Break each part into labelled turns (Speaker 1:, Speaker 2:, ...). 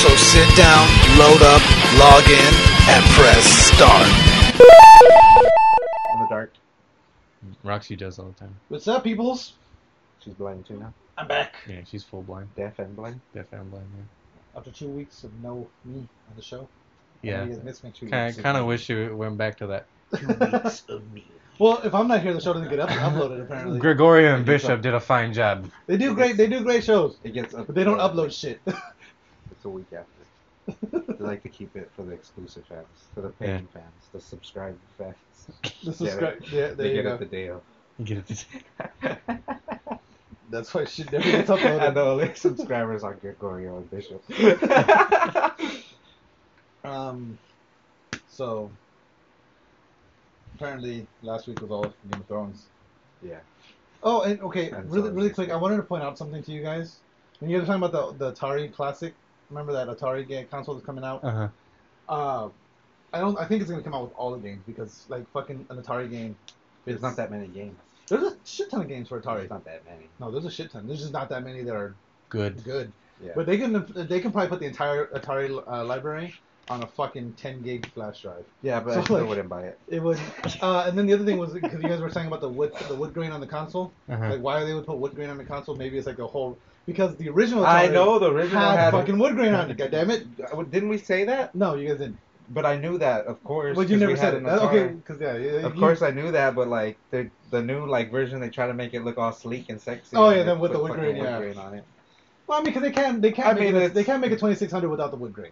Speaker 1: So sit down, load up, log in, and press start.
Speaker 2: in the dark.
Speaker 3: Roxy does all the time.
Speaker 2: What's up, peoples?
Speaker 4: She's blind too now.
Speaker 2: I'm back.
Speaker 3: Yeah, she's full blind,
Speaker 4: Deaf and blind.
Speaker 3: deaf and blind.
Speaker 2: After two weeks of no me on the show.
Speaker 3: Yeah,
Speaker 2: I missed my two
Speaker 3: yeah.
Speaker 2: weeks.
Speaker 3: kind of wish it went back to that.
Speaker 2: Well, if I'm not here, the show doesn't get up uploaded. Apparently,
Speaker 3: Gregorian Bishop did a fine job.
Speaker 2: they do great. They do great shows,
Speaker 4: It gets up.
Speaker 2: but they don't upload shit.
Speaker 4: It's a week after. they like to keep it for the exclusive fans, for the paying fans, the subscribed fans.
Speaker 2: the subscribe. Yeah, there
Speaker 4: they
Speaker 2: you
Speaker 4: get
Speaker 2: go.
Speaker 4: it the day of.
Speaker 3: You get it.
Speaker 2: That's why shit never gets
Speaker 4: and the
Speaker 2: uploaded.
Speaker 4: only subscribers are Gregorio and Bishop.
Speaker 2: Um, so apparently last week was all Game of Thrones.
Speaker 4: Yeah.
Speaker 2: Oh, and okay,
Speaker 4: And
Speaker 2: really,
Speaker 4: so-
Speaker 2: really quick, I wanted to point out something to you guys. When you guys were talking about the the Atari Classic, remember that Atari game console that's coming out?
Speaker 3: Uh huh.
Speaker 2: Uh, I don't. I think it's gonna come out with all the games because like fucking an Atari game.
Speaker 4: There's not that many games.
Speaker 2: There's a shit ton of games for Atari.
Speaker 4: There's not that many.
Speaker 2: No, there's a shit ton. There's just not that many that are
Speaker 3: Good.
Speaker 2: good.
Speaker 4: Yeah.
Speaker 2: But they can they can probably put the entire Atari uh, library on a fucking 10 gig flash drive.
Speaker 4: yeah, but
Speaker 2: So,
Speaker 4: I still
Speaker 2: like-
Speaker 4: wouldn't buy it.
Speaker 2: It was. Uh, and then the other thing was because you guys were talking about the wood the wood grain on the console.
Speaker 3: Uh-huh.
Speaker 2: Like why they would put wood grain on the console? Maybe it's like a whole because the original.
Speaker 4: I
Speaker 2: Atari
Speaker 4: know the original
Speaker 2: had,
Speaker 4: had-
Speaker 2: fucking wood grain on it. God damn it!
Speaker 4: Didn't we say that?
Speaker 2: No, you guys didn't.
Speaker 4: But I knew that, of course.
Speaker 2: Well, you
Speaker 4: 'cause
Speaker 2: never
Speaker 4: we
Speaker 2: said
Speaker 4: had
Speaker 2: it.
Speaker 4: an
Speaker 2: Uh, Okay,
Speaker 4: Atari.
Speaker 2: because yeah, yeah,
Speaker 4: Of
Speaker 2: you-
Speaker 4: course I knew that, but like the the new like version, they try to make it look all sleek and sexy.
Speaker 2: Oh,
Speaker 4: and
Speaker 2: yeah,
Speaker 4: they
Speaker 2: then with
Speaker 4: put
Speaker 2: the wood
Speaker 4: fucking
Speaker 2: grain, yeah.
Speaker 4: on it.
Speaker 2: Well, I mean, because they can't they can't
Speaker 4: I
Speaker 2: make
Speaker 4: mean,
Speaker 2: it a,
Speaker 4: it's-
Speaker 2: they can't make a 2600 without the wood grain,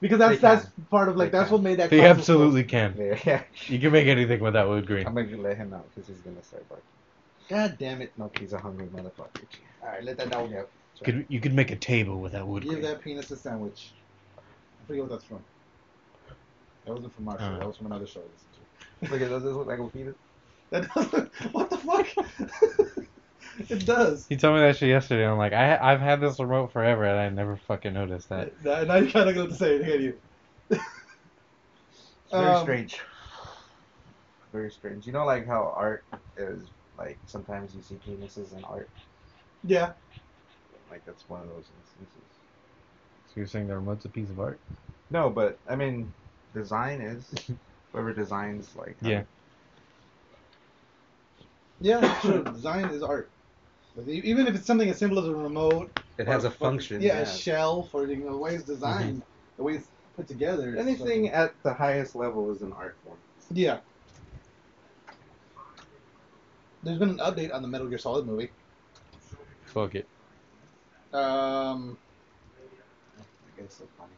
Speaker 2: because that's
Speaker 4: They
Speaker 2: that's part of like
Speaker 4: They
Speaker 2: that's
Speaker 4: can.
Speaker 2: what made that.
Speaker 3: They
Speaker 2: console so-
Speaker 3: absolutely can.
Speaker 4: Yeah, yeah.
Speaker 3: You can make anything with that wood green.
Speaker 4: I'm gonna let him out because he's gonna start barking.
Speaker 2: God damn it!
Speaker 4: No, he's a hungry motherfucker.
Speaker 2: All right, let that dog out.
Speaker 3: You could you could make a table with that wood
Speaker 2: Give
Speaker 3: green.
Speaker 2: that penis a sandwich. I forget what that's from. That wasn't from our show.
Speaker 3: Uh.
Speaker 2: That was from another show. I listened to.
Speaker 4: Look at does this look like a penis?
Speaker 2: That doesn't. What the fuck? it does.
Speaker 3: He told me that shit yesterday. I'm like, I I've had this remote forever and I never fucking noticed that.
Speaker 2: Now now you kind of got to say it again. You.
Speaker 4: It's very
Speaker 2: Um,
Speaker 4: strange. Very strange. You know, like how art is like sometimes you see penises in art.
Speaker 2: Yeah.
Speaker 4: Like that's one of those instances.
Speaker 3: So you're saying the remote's a piece of art?
Speaker 4: No, but I mean, design is whoever designs like. how-
Speaker 3: Yeah.
Speaker 2: Yeah. Sure. Design is art. Like, e- Even if it's something as simple as a remote.
Speaker 4: It
Speaker 2: or
Speaker 4: has a
Speaker 2: fucking-
Speaker 4: function.
Speaker 2: Yeah,
Speaker 4: yeah. Mm-hmm.
Speaker 2: a shell for you know, the way it's designed, the way it's put together. is
Speaker 4: Anything
Speaker 2: fucking-
Speaker 4: at the highest level is an art form.
Speaker 2: Yeah. There's been an update on the Metal Gear Solid movie.
Speaker 3: Fuck it.
Speaker 2: Um,
Speaker 4: I guess so funny.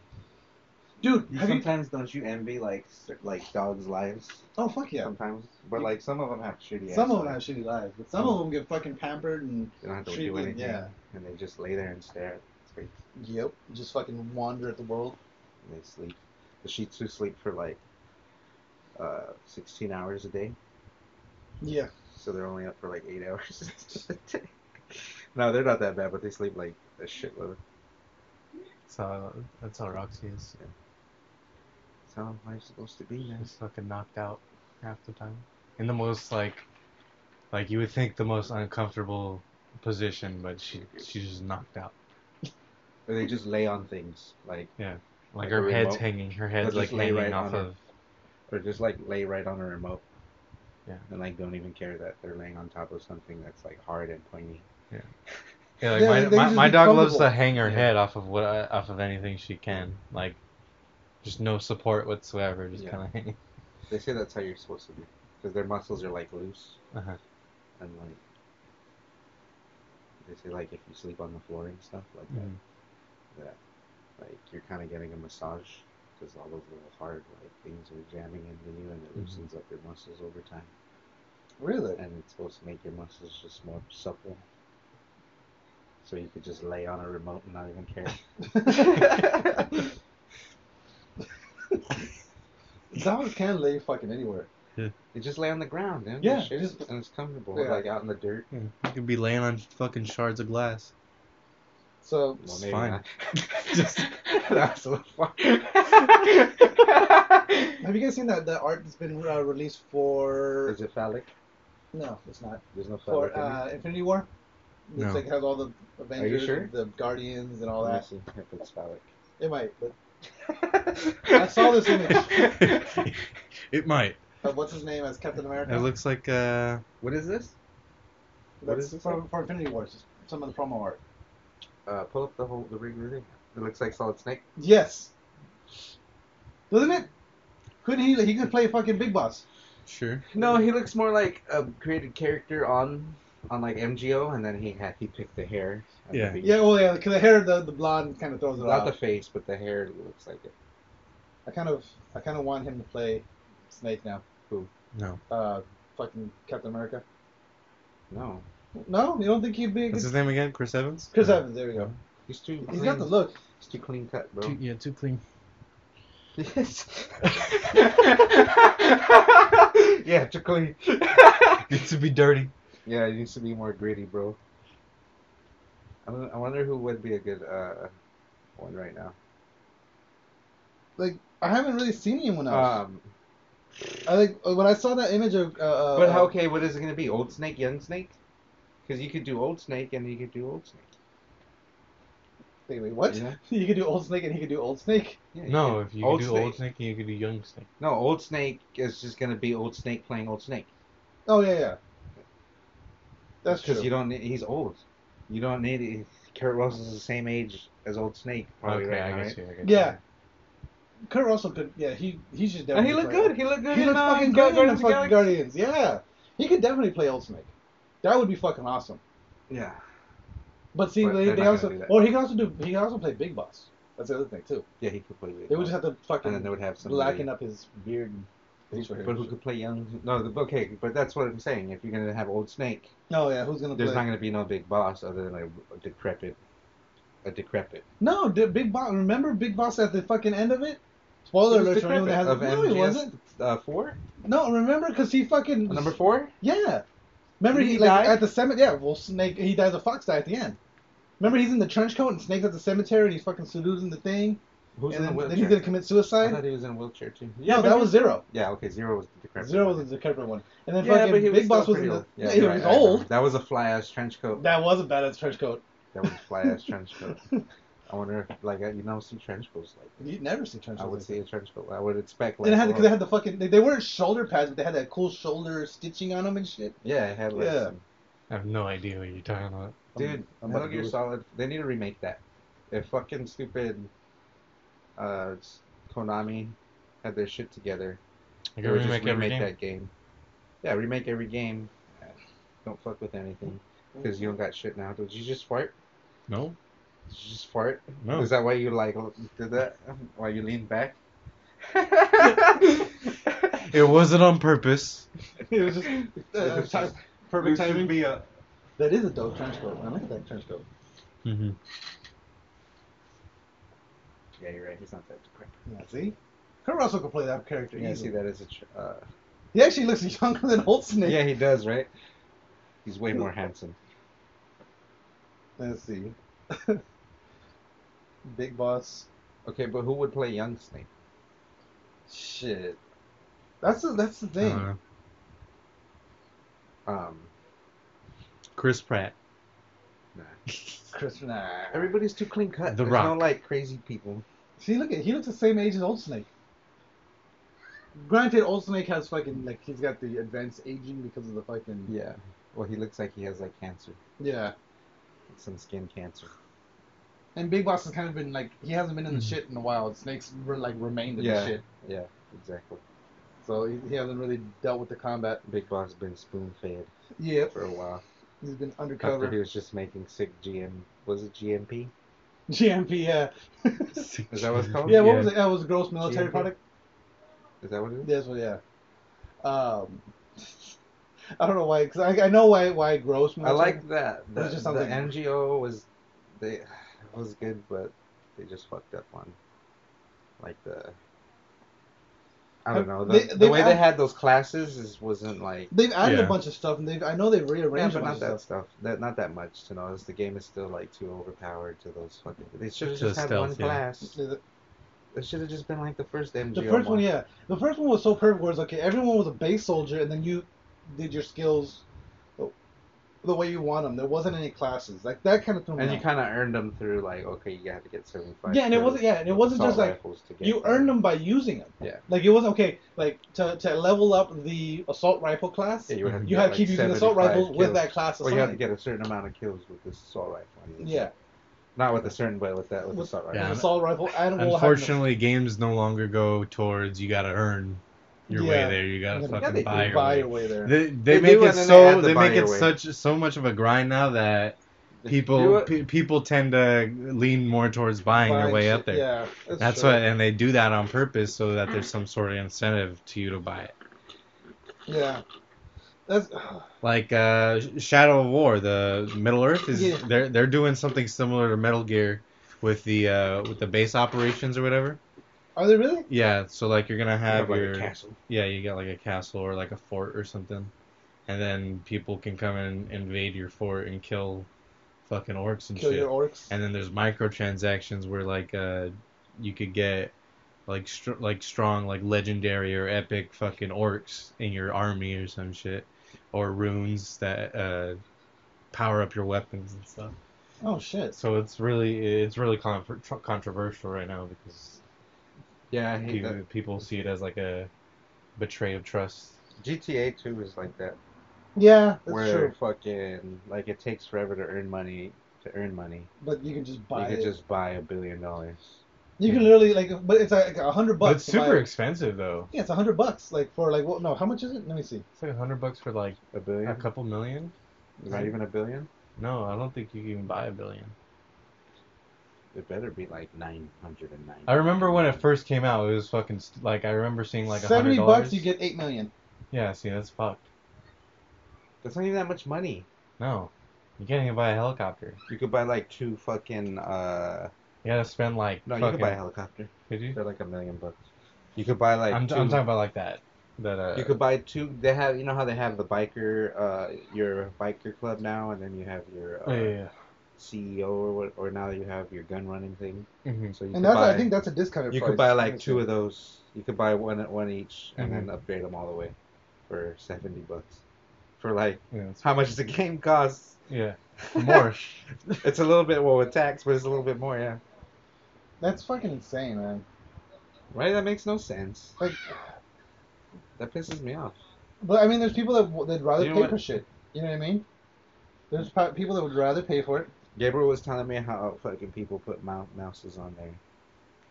Speaker 2: dude,
Speaker 4: You
Speaker 2: have you?
Speaker 4: sometimes don't you envy like cer- like dogs' lives?
Speaker 2: Oh fuck yeah!
Speaker 4: Sometimes, but like some of them have shitty.
Speaker 2: Some
Speaker 4: ass
Speaker 2: of them have
Speaker 4: lives.
Speaker 2: shitty lives, but some of them get fucking pampered and
Speaker 4: They don't have to do
Speaker 2: treatment,
Speaker 4: anything.
Speaker 2: yeah.
Speaker 4: And they just lay there and stare at the screen.
Speaker 2: Yep. Just fucking wander at the world.
Speaker 4: And they sleep. The Shih Tzu sleep for like uh, 16 hours a day.
Speaker 2: Yeah.
Speaker 4: So they're only up for like 8 hours a day. No, they're not that bad, but they sleep like a shitload.
Speaker 3: That's how that's how Roxy is.
Speaker 4: That's how life's supposed to be, man.
Speaker 3: She's fucking knocked out half the time. In the most like like you would think the most uncomfortable position, but she she's just knocked out.
Speaker 4: Or they just lay on things. Like,
Speaker 3: Like
Speaker 4: Like
Speaker 3: her
Speaker 4: a
Speaker 3: head's
Speaker 4: remote?
Speaker 3: hanging, her
Speaker 4: They'll
Speaker 3: head's like
Speaker 4: just lay
Speaker 3: hanging
Speaker 4: right
Speaker 3: off
Speaker 4: on it.
Speaker 3: of.
Speaker 4: or just like lay right on a remote.
Speaker 3: Yeah.
Speaker 4: And like don't even care that they're laying on top of something that's like hard and pointy.
Speaker 3: Yeah,
Speaker 2: Yeah,
Speaker 3: like
Speaker 2: they
Speaker 3: my, my,
Speaker 2: just
Speaker 3: my
Speaker 2: be
Speaker 3: dog loves to
Speaker 2: comfortable.
Speaker 3: hang her
Speaker 4: Yeah.
Speaker 3: head off of what off of anything she can. Like, just no support whatsoever, just
Speaker 4: Yeah.
Speaker 3: kind of hanging.
Speaker 4: They say that's how you're supposed to be. Because their muscles are like loose.
Speaker 3: Uh-huh.
Speaker 4: and like they say like if you sleep on the floor and stuff like
Speaker 2: Mm-hmm.
Speaker 3: Mhm.
Speaker 4: that, that like you're kind of getting a massage because all those little hard like things are jamming into you and it
Speaker 3: Mhm.
Speaker 4: loosens up your muscles over time
Speaker 2: Mm-hmm. Really?
Speaker 4: and it's supposed to make your muscles just more supple so you could just lay on a remote and not even care
Speaker 2: Dogs can lay fucking
Speaker 4: anywhere.
Speaker 3: Yeah.
Speaker 4: They just lay on the ground, man.
Speaker 2: Yeah,
Speaker 4: Shit,
Speaker 2: just-
Speaker 4: and it's comfortable,
Speaker 2: Yeah.
Speaker 4: like out in the dirt.
Speaker 3: Yeah, you could be laying on fucking shards of glass.
Speaker 2: so.
Speaker 4: Well,
Speaker 3: It's
Speaker 4: maybe
Speaker 3: fine.
Speaker 4: not. just that's so fun.
Speaker 2: Have you guys seen that the art that's been uh, released for?
Speaker 4: Is it phallic?
Speaker 2: No, it's not.
Speaker 4: There's no phallic.
Speaker 2: For
Speaker 4: in it?
Speaker 2: uh, Infinity War. It's
Speaker 3: No.
Speaker 2: like has all the Avengers,
Speaker 4: sure?
Speaker 2: and the Guardians, and all
Speaker 4: Let me
Speaker 2: that.
Speaker 4: see if it's phallic.
Speaker 2: It might, but I saw this image.
Speaker 3: it might.
Speaker 2: Uh, what's his name as Captain America?
Speaker 3: It looks like uh,
Speaker 4: What is this? what
Speaker 2: That's
Speaker 4: is this
Speaker 2: for, for Infinity War. It's some of the promo art.
Speaker 4: Uh, pull up the whole the regular thing. It looks like Solid Snake.
Speaker 2: Yes. Doesn't it? Couldn't he? He could play fucking Big Boss.
Speaker 3: sure.
Speaker 4: No, he looks more like a created character on on like MGO, and then he had he picked the hair. at the
Speaker 3: Yeah.
Speaker 4: beginning.
Speaker 2: Yeah, uh, well, yeah, 'cause the hair, the, the blonde kind of throws it
Speaker 4: Not the
Speaker 2: off.
Speaker 4: face, but the hair looks like it.
Speaker 2: I kind of, I kind of want him to play Snake now.
Speaker 3: No.
Speaker 2: Uh, fucking Captain America.
Speaker 4: No,
Speaker 2: No, you don't think he'd be a
Speaker 3: What's
Speaker 2: good
Speaker 3: his name again? Chris Evans.
Speaker 2: Chris
Speaker 3: No.
Speaker 2: Evans? There we go.
Speaker 4: he's too.
Speaker 2: He's
Speaker 4: clean.
Speaker 2: got the look.
Speaker 4: He's too clean cut, bro.
Speaker 3: Too, yeah, too clean.
Speaker 4: yeah, too clean.
Speaker 3: Needs to be dirty.
Speaker 4: Yeah, it needs to be more gritty, bro. I wonder- I wonder who would be a good uh one right now.
Speaker 2: Like I haven't really seen anyone else.
Speaker 4: Um,
Speaker 2: I like uh, when I saw that image of. Uh,
Speaker 4: but
Speaker 2: uh,
Speaker 4: how, okay, what is it gonna be? Old Snake, Young Snake? Because you could do Old Snake and you could do Old Snake.
Speaker 2: Wait, wait, what?
Speaker 4: Yeah.
Speaker 2: you could do old Snake and he could do old Snake.
Speaker 4: Yeah, you
Speaker 3: No,
Speaker 4: could-
Speaker 3: if you could do old snake, you could do young snake.
Speaker 4: No, Old Snake is just gonna be Old Snake playing Old Snake.
Speaker 2: Oh yeah, yeah. That's true.
Speaker 4: because you don't need. He's old. You don't need. Kurt Russell's the same age as Old Snake, probably
Speaker 3: okay,
Speaker 4: right
Speaker 3: I
Speaker 4: now,
Speaker 3: guess
Speaker 4: right?
Speaker 3: you. I guess
Speaker 2: Yeah. Kurt Russell could. Yeah, he he should
Speaker 4: And
Speaker 2: definitely.
Speaker 4: he looked
Speaker 2: play-
Speaker 4: good. He looked good.
Speaker 2: He
Speaker 4: in,
Speaker 2: looked
Speaker 4: uh,
Speaker 2: fucking
Speaker 4: Guardians
Speaker 2: good in the
Speaker 4: of the Galaxy.
Speaker 2: fucking Guardians. Yeah, he could definitely play old Snake. That would be fucking awesome.
Speaker 4: Yeah.
Speaker 2: But see,
Speaker 4: But
Speaker 2: they,
Speaker 4: they're
Speaker 2: they
Speaker 4: not
Speaker 2: also
Speaker 4: gonna do that.
Speaker 2: or he can also do he can also play Big Boss. That's the other thing too.
Speaker 4: Yeah, he could play. Big
Speaker 2: They would just
Speaker 4: Boss.
Speaker 2: have to
Speaker 4: and then
Speaker 2: fucking
Speaker 4: they would have some.
Speaker 2: blacken up his beard and facial hair.
Speaker 4: But who could play young? No, the, okay, but that's what I'm saying. If you're gonna have Old Snake,
Speaker 2: No, Oh, yeah, who's gonna
Speaker 4: there's
Speaker 2: play?
Speaker 4: not gonna be no big boss other than like a decrepit, a decrepit.
Speaker 2: No, the Big Boss. Remember Big Boss at the fucking end of it? Spoiler
Speaker 4: He was
Speaker 2: alert for anyone that
Speaker 4: decrepit. of
Speaker 2: hasn't. No, he
Speaker 4: MGS,
Speaker 2: wasn't.
Speaker 4: Uh, four,
Speaker 2: No, remember because he fucking
Speaker 4: number four.
Speaker 2: Yeah. Remember
Speaker 4: Did
Speaker 2: he,
Speaker 4: he
Speaker 2: like
Speaker 4: die?
Speaker 2: at the cemetery. Yeah, well, Snake he dies a fox die at the end. Remember he's in the trench coat and Snake's at the cemetery and he's fucking saluting the thing.
Speaker 4: Who's
Speaker 2: and
Speaker 4: in
Speaker 2: then,
Speaker 4: the
Speaker 2: then he's
Speaker 4: wheelchair?
Speaker 2: gonna commit
Speaker 4: I
Speaker 2: suicide.
Speaker 4: thought he was in a wheelchair too.
Speaker 2: no, that
Speaker 4: remember-
Speaker 2: was zero.
Speaker 4: Yeah, okay, zero was the decrepit.
Speaker 2: Zero
Speaker 4: one.
Speaker 2: was the Kuiper one, and then
Speaker 4: Yeah,
Speaker 2: fucking
Speaker 4: but he was
Speaker 2: Big Boss
Speaker 4: still
Speaker 2: was in
Speaker 4: pretty
Speaker 2: the.
Speaker 4: old.
Speaker 2: Yeah, he
Speaker 4: you're
Speaker 2: was
Speaker 4: right, I remember.
Speaker 2: old.
Speaker 4: That was a fly ass trench coat.
Speaker 2: That was a badass trench coat.
Speaker 4: That was a fly ass trench coat. I wonder if like uh, you know see trench coats like
Speaker 2: You never see trench
Speaker 4: that. I
Speaker 2: coats.
Speaker 4: would
Speaker 2: like that.
Speaker 4: see a trench coat. I would expect like
Speaker 2: And it had because they
Speaker 4: well,
Speaker 2: had the fucking they, they weren't shoulder pads, but they had that cool shoulder stitching on them and shit.
Speaker 4: yeah it had like
Speaker 2: Yeah.
Speaker 4: some-
Speaker 3: I have no idea what you're talking about.
Speaker 4: dude
Speaker 2: I'm about
Speaker 4: Metal
Speaker 2: to
Speaker 4: Gear
Speaker 2: do it.
Speaker 4: Solid they need to remake that. If fucking stupid uh s- Konami had their shit together,
Speaker 3: I
Speaker 4: they
Speaker 3: can
Speaker 4: would just
Speaker 3: remake every game.
Speaker 4: that game. Yeah, remake every game. Don't fuck with anything because you don't got shit now. Did you just fart?
Speaker 3: No,
Speaker 4: Did you just fart?
Speaker 3: no.
Speaker 4: Is that why you like did that? Why you lean back?
Speaker 3: It wasn't on purpose.
Speaker 2: It was just uh,
Speaker 4: This
Speaker 2: ti-
Speaker 4: is-
Speaker 2: perfect
Speaker 4: This should
Speaker 2: timing.
Speaker 4: Be a,
Speaker 2: That is a dope trench coat. I like that trench coat.
Speaker 3: Mm-hmm.
Speaker 4: yeah, you're right. He's not that decrepit.
Speaker 2: Yeah, see, Kurt Russell could play that character.
Speaker 4: You can see
Speaker 2: easily.
Speaker 4: that as a. Tr- uh,
Speaker 2: He actually looks younger than old Snake.
Speaker 4: yeah, he does, right? He's way more handsome.
Speaker 2: Let's see. Big Boss.
Speaker 4: Okay, but who would play young Snake?
Speaker 2: Shit. That's the that's the thing.
Speaker 4: Uh-huh.
Speaker 3: Uh,
Speaker 4: Um,
Speaker 3: Chris Pratt.
Speaker 4: nah.
Speaker 2: Chris. Nah.
Speaker 4: Everybody's too clean cut.
Speaker 3: The
Speaker 4: There's no
Speaker 3: Rock.
Speaker 4: like crazy people.
Speaker 2: See, look at he looks the same age as old Snake. Granted, old Snake has fucking like he's got the advanced aging because of the fucking
Speaker 4: Yeah. Well, he looks like he has like cancer,
Speaker 2: yeah.
Speaker 4: some skin cancer.
Speaker 2: And Big Boss has kind of been like he hasn't been in the
Speaker 3: Mhm.
Speaker 2: shit in a while. Snake's re- like remained in
Speaker 4: Mm-hmm. Yeah.
Speaker 2: the shit,
Speaker 4: Yeah, exactly.
Speaker 2: so he, he hasn't really dealt with the combat.
Speaker 4: Big Boss been spoon fed
Speaker 2: Yep,
Speaker 4: for a while.
Speaker 2: he's been
Speaker 4: After he
Speaker 2: undercover.
Speaker 4: was just making sick GM. Was it GMP?
Speaker 2: GMP, yeah,
Speaker 4: Is that what it's called?
Speaker 2: yeah. What was it? That was a gross military
Speaker 4: GMP?
Speaker 2: product.
Speaker 4: Is that what it is?
Speaker 2: That's what, yeah. Um, I don't know why, because I, I know why why gross.
Speaker 4: I
Speaker 2: military-
Speaker 4: like that. The,
Speaker 2: just
Speaker 4: the
Speaker 2: sounds like-
Speaker 4: NGO was they it was good, but they just fucked up on like the I don't know. The,
Speaker 2: They-
Speaker 4: the
Speaker 2: they've
Speaker 4: way
Speaker 2: add-
Speaker 4: they had those classes is, wasn't like
Speaker 2: They've added
Speaker 3: Yeah.
Speaker 2: a bunch of stuff, and they've I know they've
Speaker 4: yeah,
Speaker 2: rearranged
Speaker 4: but
Speaker 2: a bunch
Speaker 4: not
Speaker 2: of
Speaker 4: that
Speaker 2: stuff.
Speaker 4: stuff. That not that much to know. Is the game is still like too overpowered to those fucking. They should have
Speaker 3: To the
Speaker 4: just had
Speaker 3: stealth,
Speaker 4: one
Speaker 3: yeah.
Speaker 4: class.
Speaker 2: The
Speaker 4: It should have just been like the first MGO.
Speaker 2: the first one, yeah, the first one was so perfect. Where it's okay, everyone was a base soldier, and then you did your skills the, the way you want them. There wasn't any classes like that kind of thing.
Speaker 4: And you kind of earned them through like okay, you had to get seventy five.
Speaker 2: Yeah, and it wasn't- yeah, and it wasn't just, like, you earned them by using them.
Speaker 4: Yeah.
Speaker 2: Like it wasn't okay. Like to, to level up the assault rifle class,
Speaker 4: Yeah, you would have to,
Speaker 2: you
Speaker 4: get,
Speaker 2: had to
Speaker 4: like,
Speaker 2: keep using the assault
Speaker 4: 75
Speaker 2: rifle with
Speaker 4: kills.
Speaker 2: that class.
Speaker 4: Well, you had to
Speaker 2: assigned.
Speaker 4: get a certain amount of kills with this assault rifle.
Speaker 2: yeah,
Speaker 4: Not with a certain, but with that with,
Speaker 2: With-
Speaker 4: assault
Speaker 2: with
Speaker 4: rifle.
Speaker 3: Yeah.
Speaker 2: assault rifle and we'll have no-
Speaker 3: Unfortunately, games no longer go towards you gotta earn your
Speaker 2: Yeah.
Speaker 3: way there. You gotta
Speaker 2: Yeah,
Speaker 3: fucking
Speaker 4: they do
Speaker 3: buy, your
Speaker 2: buy
Speaker 3: way.
Speaker 2: your way there.
Speaker 3: They, they,
Speaker 4: They
Speaker 3: make
Speaker 4: do,
Speaker 3: it
Speaker 4: and then they add
Speaker 3: so
Speaker 4: the
Speaker 3: they,
Speaker 4: buy
Speaker 3: make
Speaker 4: your
Speaker 3: it
Speaker 4: way.
Speaker 3: such so much of a grind now that
Speaker 4: Do
Speaker 3: people
Speaker 4: it-
Speaker 3: pe- people tend to lean more towards buying their
Speaker 2: Buying
Speaker 3: way
Speaker 2: shit,
Speaker 3: up there.
Speaker 2: Yeah,
Speaker 3: That's
Speaker 2: true.
Speaker 3: what, and they do that on purpose so that there's some sort of incentive to you to buy it.
Speaker 2: Yeah, that's
Speaker 3: Like uh, Sh- Shadow of War, the Middle Earth is
Speaker 2: Yeah.
Speaker 3: they're they're doing something similar to Metal Gear with the uh, with the base operations or whatever.
Speaker 2: are they really?
Speaker 3: Yeah, so like you're gonna have
Speaker 4: like, a
Speaker 3: your
Speaker 4: castle.
Speaker 3: yeah you got like a castle or like a fort or something, and then people can come and invade your fort and kill fucking orcs and
Speaker 2: Kill
Speaker 3: shit.
Speaker 2: your orcs.
Speaker 3: and then there's microtransactions where like uh you could get like str- like strong like legendary or epic fucking orcs in your army or some shit or runes that uh power up your weapons and stuff
Speaker 2: oh shit!
Speaker 3: so it's really it's really con- controversial right now because
Speaker 4: Yeah, I hate that.
Speaker 3: people, people see it as like a betray of trust
Speaker 4: GTA 2 is like that.
Speaker 2: Yeah, that's
Speaker 4: where
Speaker 2: true.
Speaker 4: fucking like it takes forever to earn money to earn money.
Speaker 2: But you can just buy
Speaker 4: you could
Speaker 2: it.
Speaker 4: just buy a billion dollars.
Speaker 2: you can literally like, but it's like a hundred
Speaker 3: but
Speaker 2: bucks.
Speaker 3: it's
Speaker 2: to buy
Speaker 3: super
Speaker 2: it.
Speaker 3: expensive though
Speaker 2: Yeah, it's a hundred bucks. Like for like, well, no, how much is it? Let me see.
Speaker 3: it's like a hundred bucks for like
Speaker 4: A billion?
Speaker 3: a couple million
Speaker 4: Not even a billion?
Speaker 3: no i don't think you can even buy a billion
Speaker 4: It better be like nine hundred and nine.
Speaker 3: I remember when it first came out, it was fucking st- like I remember seeing like a
Speaker 2: Seventy
Speaker 3: hundred
Speaker 2: bucks,
Speaker 3: dollars.
Speaker 2: you get eight million.
Speaker 3: yeah. See, that's fucked.
Speaker 4: That's not even that much money.
Speaker 3: No, you can't even buy a helicopter.
Speaker 4: You could buy like two fucking uh
Speaker 3: You gotta spend like
Speaker 4: no, you
Speaker 3: fucking.
Speaker 4: could buy a helicopter.
Speaker 3: could you?
Speaker 4: They're like a million bucks. You could buy like
Speaker 3: I'm, I'm
Speaker 4: two,
Speaker 3: talking about like that. That uh,
Speaker 4: you could buy two they have you know how they have the biker uh your biker club now and then you have your uh,
Speaker 3: yeah, yeah,
Speaker 4: CEO or what or now you have your gun running thing.
Speaker 3: yeah. hmm
Speaker 4: So you
Speaker 2: And
Speaker 4: could
Speaker 2: that's
Speaker 4: buy,
Speaker 2: I think that's a discounted
Speaker 4: You
Speaker 2: price.
Speaker 4: could buy like two of those. You could buy one one each and
Speaker 3: Mhm.
Speaker 4: then upgrade them all the way for seventy bucks. For like
Speaker 3: yeah, it's-
Speaker 4: how much the game costs?
Speaker 3: yeah. more.
Speaker 4: It's a little bit well with tax, but it's a little bit more. Yeah,
Speaker 2: That's fucking insane, man.
Speaker 4: right. That makes no sense.
Speaker 2: Like,
Speaker 4: That pisses me off.
Speaker 2: but I mean, there's people that w- that'd rather
Speaker 4: You know
Speaker 2: pay
Speaker 4: what?
Speaker 2: for shit. You know what I mean? There's pa- people that would rather pay for it.
Speaker 4: Gabriel was telling me how fucking people put mou- mouses on their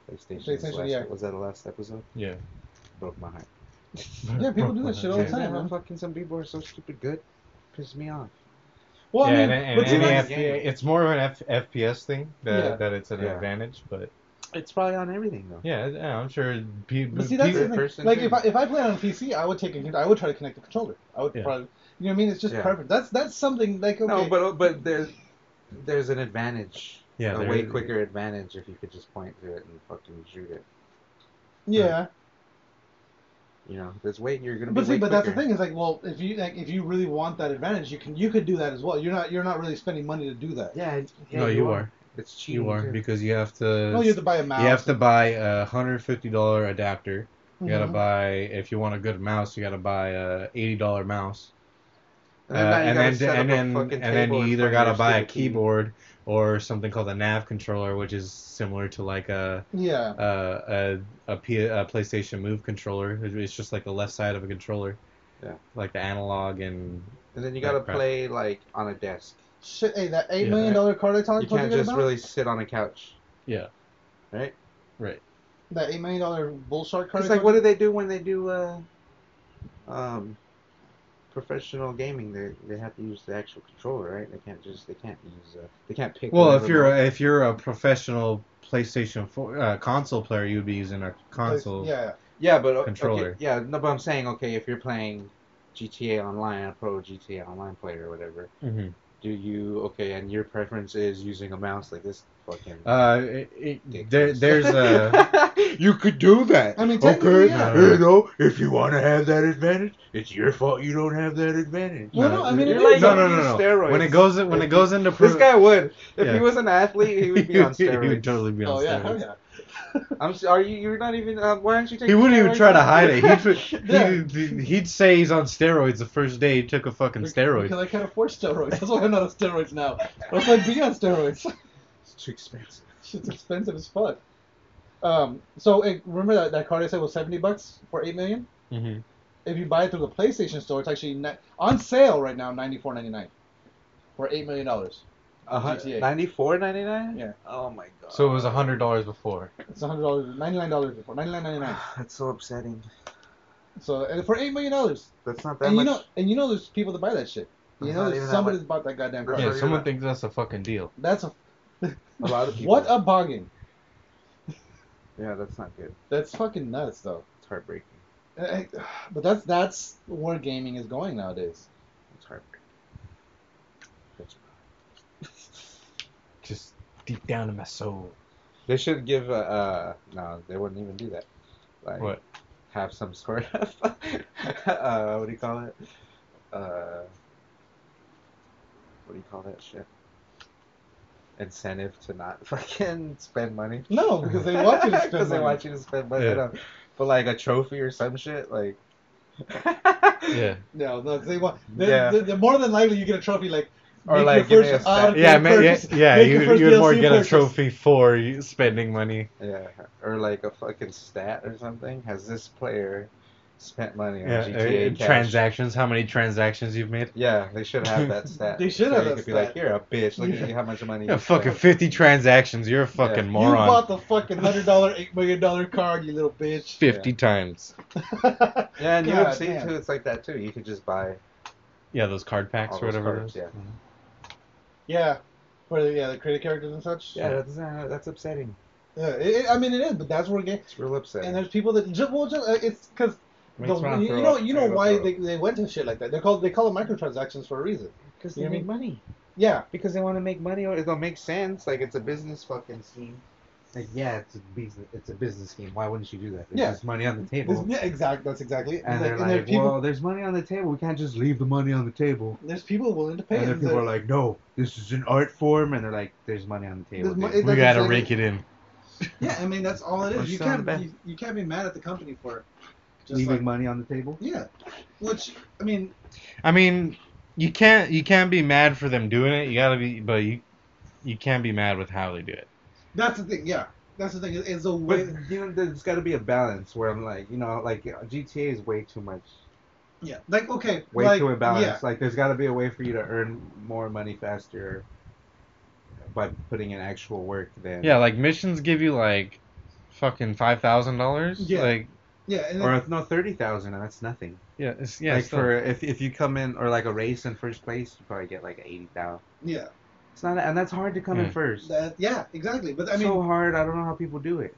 Speaker 4: PlayStation.
Speaker 2: PlayStation,
Speaker 4: last,
Speaker 2: yeah.
Speaker 4: Was that the last episode?
Speaker 3: Yeah.
Speaker 4: Broke my heart.
Speaker 2: Yeah, people do that shit all the
Speaker 3: Yeah.
Speaker 2: time.
Speaker 4: Man,
Speaker 2: man.
Speaker 4: fucking some people are so stupid good. Pisses me off.
Speaker 2: Well,
Speaker 3: yeah,
Speaker 2: I mean,
Speaker 3: and, and,
Speaker 2: but
Speaker 3: and
Speaker 2: see,
Speaker 3: any
Speaker 2: that's-
Speaker 4: that's-
Speaker 3: FPA it's more of an F- FPS thing that,
Speaker 2: Yeah.
Speaker 3: that it's an
Speaker 4: Yeah.
Speaker 3: advantage, but
Speaker 4: It's probably on everything though.
Speaker 3: yeah, yeah, I'm sure people.
Speaker 2: But see, that's the
Speaker 4: Peter
Speaker 2: thing.
Speaker 4: person
Speaker 2: like
Speaker 4: too.
Speaker 2: if I if I played on PC, I would take a, I would try to connect the controller. I would
Speaker 3: Yeah.
Speaker 2: probably, you know what I mean? It's just
Speaker 4: Yeah.
Speaker 2: perfect. That's that's something like okay,
Speaker 4: No, but but there's there's an advantage.
Speaker 3: Yeah,
Speaker 4: a
Speaker 3: there
Speaker 4: way
Speaker 3: is.
Speaker 4: quicker advantage if you could just point to it and fucking shoot it.
Speaker 2: yeah.
Speaker 4: You know, there's way you're gonna.
Speaker 2: But
Speaker 4: be
Speaker 2: see,
Speaker 4: way
Speaker 2: but that's the
Speaker 4: quicker.
Speaker 2: thing is like, well, if you like if you really want that advantage, you can you could do that as well. You're not you're not really spending money to do that.
Speaker 4: Yeah. it- yeah,
Speaker 3: no, you are.
Speaker 4: It's cheating.
Speaker 3: You are
Speaker 4: too.
Speaker 3: because you have to.
Speaker 2: No, you have to buy a mouse.
Speaker 3: You have to buy a hundred fifty dollar adapter. You gotta
Speaker 2: Mhm.
Speaker 3: buy if you want a good mouse, you gotta buy a eighty dollar mouse.
Speaker 4: And then,
Speaker 3: Uh,
Speaker 4: now you
Speaker 3: and
Speaker 4: gotta
Speaker 3: then
Speaker 4: set up
Speaker 3: and
Speaker 4: a
Speaker 3: then
Speaker 4: fucking
Speaker 3: and then
Speaker 4: table
Speaker 3: you
Speaker 4: in
Speaker 3: either
Speaker 4: front of
Speaker 3: gotta
Speaker 4: your
Speaker 3: buy a
Speaker 4: stupid TV.
Speaker 3: keyboard or something called a nav controller, which is similar to like a
Speaker 2: Yeah.
Speaker 3: a a, a, P, a PlayStation Move controller. It's just like the left side of a controller.
Speaker 4: Yeah.
Speaker 3: Like the analog and
Speaker 4: And then you gotta
Speaker 3: Crap.
Speaker 4: play like on a desk.
Speaker 2: Shit, hey, that eight
Speaker 3: Yeah.
Speaker 2: million dollar card I told
Speaker 4: You
Speaker 2: told
Speaker 4: can't
Speaker 2: you
Speaker 4: just
Speaker 2: about.
Speaker 4: really sit on a couch.
Speaker 3: Yeah.
Speaker 4: Right.
Speaker 3: right.
Speaker 2: That eight million dollar bull shark card.
Speaker 4: It's
Speaker 2: I
Speaker 4: like,
Speaker 2: told
Speaker 4: what
Speaker 2: you-
Speaker 4: do they do when they do uh, um, professional gaming? They they have to use the actual controller, right? They can't just they can't use uh, they can't pick.
Speaker 3: Well,
Speaker 4: one
Speaker 3: if you're
Speaker 4: remote.
Speaker 3: a, if you're a professional PlayStation 4 uh, console player, you'd be using a console.
Speaker 2: Yeah.
Speaker 4: Yeah, but o-
Speaker 3: Controller.
Speaker 4: Okay, yeah, no, but I'm saying okay, if you're playing GTA Online, a pro GTA Online player or whatever,
Speaker 3: hmm
Speaker 4: do you okay? And your preference is using a mouse like this fucking.
Speaker 3: Uh, it, it,
Speaker 4: Dick
Speaker 3: there,
Speaker 4: moves.
Speaker 3: there's a
Speaker 4: you could do that.
Speaker 3: Oh,
Speaker 2: I mean, technically, yeah.
Speaker 4: You know, if you want to have that advantage, it's your fault you don't have that advantage.
Speaker 2: Well,
Speaker 3: No,
Speaker 2: no, I mean,
Speaker 4: you're
Speaker 2: it
Speaker 4: like-
Speaker 2: is.
Speaker 3: no, no, no, no.
Speaker 4: steroids.
Speaker 3: When it goes, when it goes into
Speaker 4: This guy would. If
Speaker 3: Yeah.
Speaker 4: he was an athlete, he would be on
Speaker 3: he
Speaker 4: steroids.
Speaker 3: would totally be on
Speaker 2: oh yeah, hell
Speaker 3: steroids.
Speaker 2: yeah.
Speaker 4: I'm. s- Are you? You're not even. Um, why aren't you
Speaker 3: He
Speaker 4: taking?
Speaker 3: wouldn't even
Speaker 4: steroids?
Speaker 3: try to hide it. He'd,
Speaker 2: Yeah.
Speaker 3: he'd, he'd say he's on steroids the first day he took a fucking steroid.
Speaker 2: Because I can't afford steroids. That's why I'm not on steroids now. Or if I'd be on steroids.
Speaker 3: It's too expensive.
Speaker 2: Shit's expensive as fuck. Um, so eh, remember that, that card I said was 70 bucks for 8 million?
Speaker 3: hmm
Speaker 2: If you buy it through the PlayStation Store, it's actually ni- on sale right now, 94.99 for 8 million dollars.
Speaker 4: A hun-
Speaker 2: GTA.
Speaker 4: 94.99?
Speaker 2: Yeah.
Speaker 4: Oh my god.
Speaker 3: So it was a hundred dollars before.
Speaker 2: It's 100 dollars, 99 dollars before 99.99.
Speaker 4: That's so upsetting.
Speaker 2: So and for 8 million dollars,
Speaker 4: That's not that
Speaker 2: and you
Speaker 4: much.
Speaker 2: know, and you know, there's people that buy that shit. You
Speaker 4: That's not
Speaker 2: know, there's
Speaker 4: even that
Speaker 2: somebody
Speaker 4: much.
Speaker 2: that bought that goddamn
Speaker 4: That's
Speaker 2: card.
Speaker 3: Yeah,
Speaker 4: not
Speaker 3: someone
Speaker 4: even-
Speaker 3: thinks that's a fucking deal.
Speaker 2: That's a
Speaker 4: a lot of people.
Speaker 2: what a bargain.
Speaker 4: Yeah, that's not good.
Speaker 2: That's fucking nuts, though.
Speaker 4: It's heartbreaking.
Speaker 2: Eh, eh, But that's that's where gaming is going nowadays.
Speaker 4: It's heartbreaking. That's-
Speaker 3: Just deep down in my soul.
Speaker 4: They should give a. Uh, no, they wouldn't even do that. Like,
Speaker 3: What?
Speaker 4: Have some sort of. uh, what do you call it? Uh, what do you call that shit? Incentive to not fucking spend money.
Speaker 2: No, because they want you to spend
Speaker 4: Because they
Speaker 2: money.
Speaker 4: want you to spend money.
Speaker 3: Yeah.
Speaker 4: They don't- But like a trophy or some shit, like.
Speaker 3: Yeah.
Speaker 2: No, no, they want. They,
Speaker 4: Yeah.
Speaker 2: they, they- more than likely, you get a trophy like.
Speaker 4: Or
Speaker 2: make
Speaker 4: like,
Speaker 2: your
Speaker 4: give me a
Speaker 2: first
Speaker 4: stat.
Speaker 2: out of
Speaker 3: Yeah,
Speaker 2: game
Speaker 3: man, yeah,
Speaker 2: purchase-
Speaker 3: yeah.
Speaker 2: make
Speaker 3: You,
Speaker 2: your first
Speaker 3: you would more
Speaker 2: DLC
Speaker 3: get a
Speaker 2: purchase.
Speaker 3: trophy for you spending money.
Speaker 4: Yeah, or like a fucking stat or something. Has this player spent money on
Speaker 3: Yeah,
Speaker 4: GTA
Speaker 3: uh,
Speaker 4: cash?
Speaker 3: transactions. How many transactions you've made?
Speaker 4: Yeah, they should have that stat.
Speaker 2: They should
Speaker 4: So
Speaker 2: have
Speaker 4: you
Speaker 2: that
Speaker 4: could be like,
Speaker 2: stat.
Speaker 4: you're a bitch. Look at you how much money.
Speaker 3: Yeah,
Speaker 4: you
Speaker 3: fucking
Speaker 4: spent."
Speaker 3: fifty transactions. You're a fucking
Speaker 2: You
Speaker 3: moron.
Speaker 2: bought the fucking hundred dollar, eight million dollar card, you little bitch.
Speaker 3: fifty times.
Speaker 4: Yeah, and
Speaker 2: God
Speaker 4: UFC
Speaker 2: damn.
Speaker 4: too. It's like that too. You could just buy.
Speaker 3: Yeah, those card packs
Speaker 4: All
Speaker 3: or
Speaker 4: those
Speaker 3: whatever.
Speaker 4: cards,
Speaker 3: it is.
Speaker 2: Yeah, for the, yeah the creative characters and such.
Speaker 4: Yeah, that's uh, that's upsetting.
Speaker 2: Yeah, it, it- I mean it is, but that's where game.
Speaker 4: It's real upsetting.
Speaker 2: And there's people that just well, just, uh, it's because you,
Speaker 4: Makes me wanna
Speaker 2: you
Speaker 4: throw
Speaker 2: know
Speaker 4: up.
Speaker 2: you
Speaker 4: I
Speaker 2: know
Speaker 4: go
Speaker 2: why
Speaker 4: throw
Speaker 2: they, they went to shit like that. They call they call it microtransactions for a reason.
Speaker 4: because
Speaker 2: you
Speaker 4: they
Speaker 2: know
Speaker 4: make
Speaker 2: what
Speaker 4: money
Speaker 2: Yeah,
Speaker 4: because they want to make money or it'll make sense. Like it's a business fucking scheme. Like yeah, it's a business. It's a business scheme. Why wouldn't you do that? There's
Speaker 2: Yeah.
Speaker 4: just money on the
Speaker 2: this,
Speaker 4: table.
Speaker 2: yeah, exactly. That's exactly. it.
Speaker 4: And
Speaker 2: Like,
Speaker 4: they're
Speaker 2: and there's
Speaker 4: like,
Speaker 2: people
Speaker 4: well, there's money on the table. We can't just leave the money on the table.
Speaker 2: there's people willing to pay.
Speaker 4: And then
Speaker 2: it.
Speaker 4: people are like, no, this is an art form. And they're like, there's money on the table.
Speaker 2: There's mo-
Speaker 4: dude.
Speaker 2: it-
Speaker 3: We
Speaker 2: That's
Speaker 3: gotta
Speaker 2: exactly-
Speaker 3: rake it in.
Speaker 2: Yeah, I mean that's all it
Speaker 4: Or
Speaker 2: is. You
Speaker 4: selling
Speaker 2: can't
Speaker 4: back.
Speaker 2: you, you can't be mad at the company for just
Speaker 4: Leaving
Speaker 2: like,
Speaker 4: money on the table.
Speaker 2: yeah, which I mean
Speaker 3: I mean, you can't you can't be mad for them doing it. You gotta be, but you you can't be mad with how they do it.
Speaker 2: that's the thing. Yeah, that's the thing. It's it's a
Speaker 4: But
Speaker 2: way.
Speaker 4: you know, there's got to be a balance where I'm like, you know, like GTA is way too much,
Speaker 2: Yeah, like okay,
Speaker 4: way
Speaker 2: like,
Speaker 4: too imbalanced.
Speaker 2: Yeah,
Speaker 4: Like there's got to be a way for you to earn more money faster by putting in actual work than
Speaker 3: Yeah, like missions give you like fucking five thousand dollars.
Speaker 2: Yeah.
Speaker 3: Like
Speaker 2: yeah, and then,
Speaker 4: Or if no thirty thousand, and that's nothing.
Speaker 3: yeah, it's, yeah. uh,
Speaker 4: like
Speaker 3: still-
Speaker 4: for if, if you come in or like a race in first place, you probably get like eighty thousand.
Speaker 2: yeah,
Speaker 4: It's not, and that's hard to come
Speaker 3: Yeah.
Speaker 4: in first.
Speaker 2: that, yeah, exactly. But I
Speaker 4: It's
Speaker 2: mean,
Speaker 4: so hard. I don't know how people do it.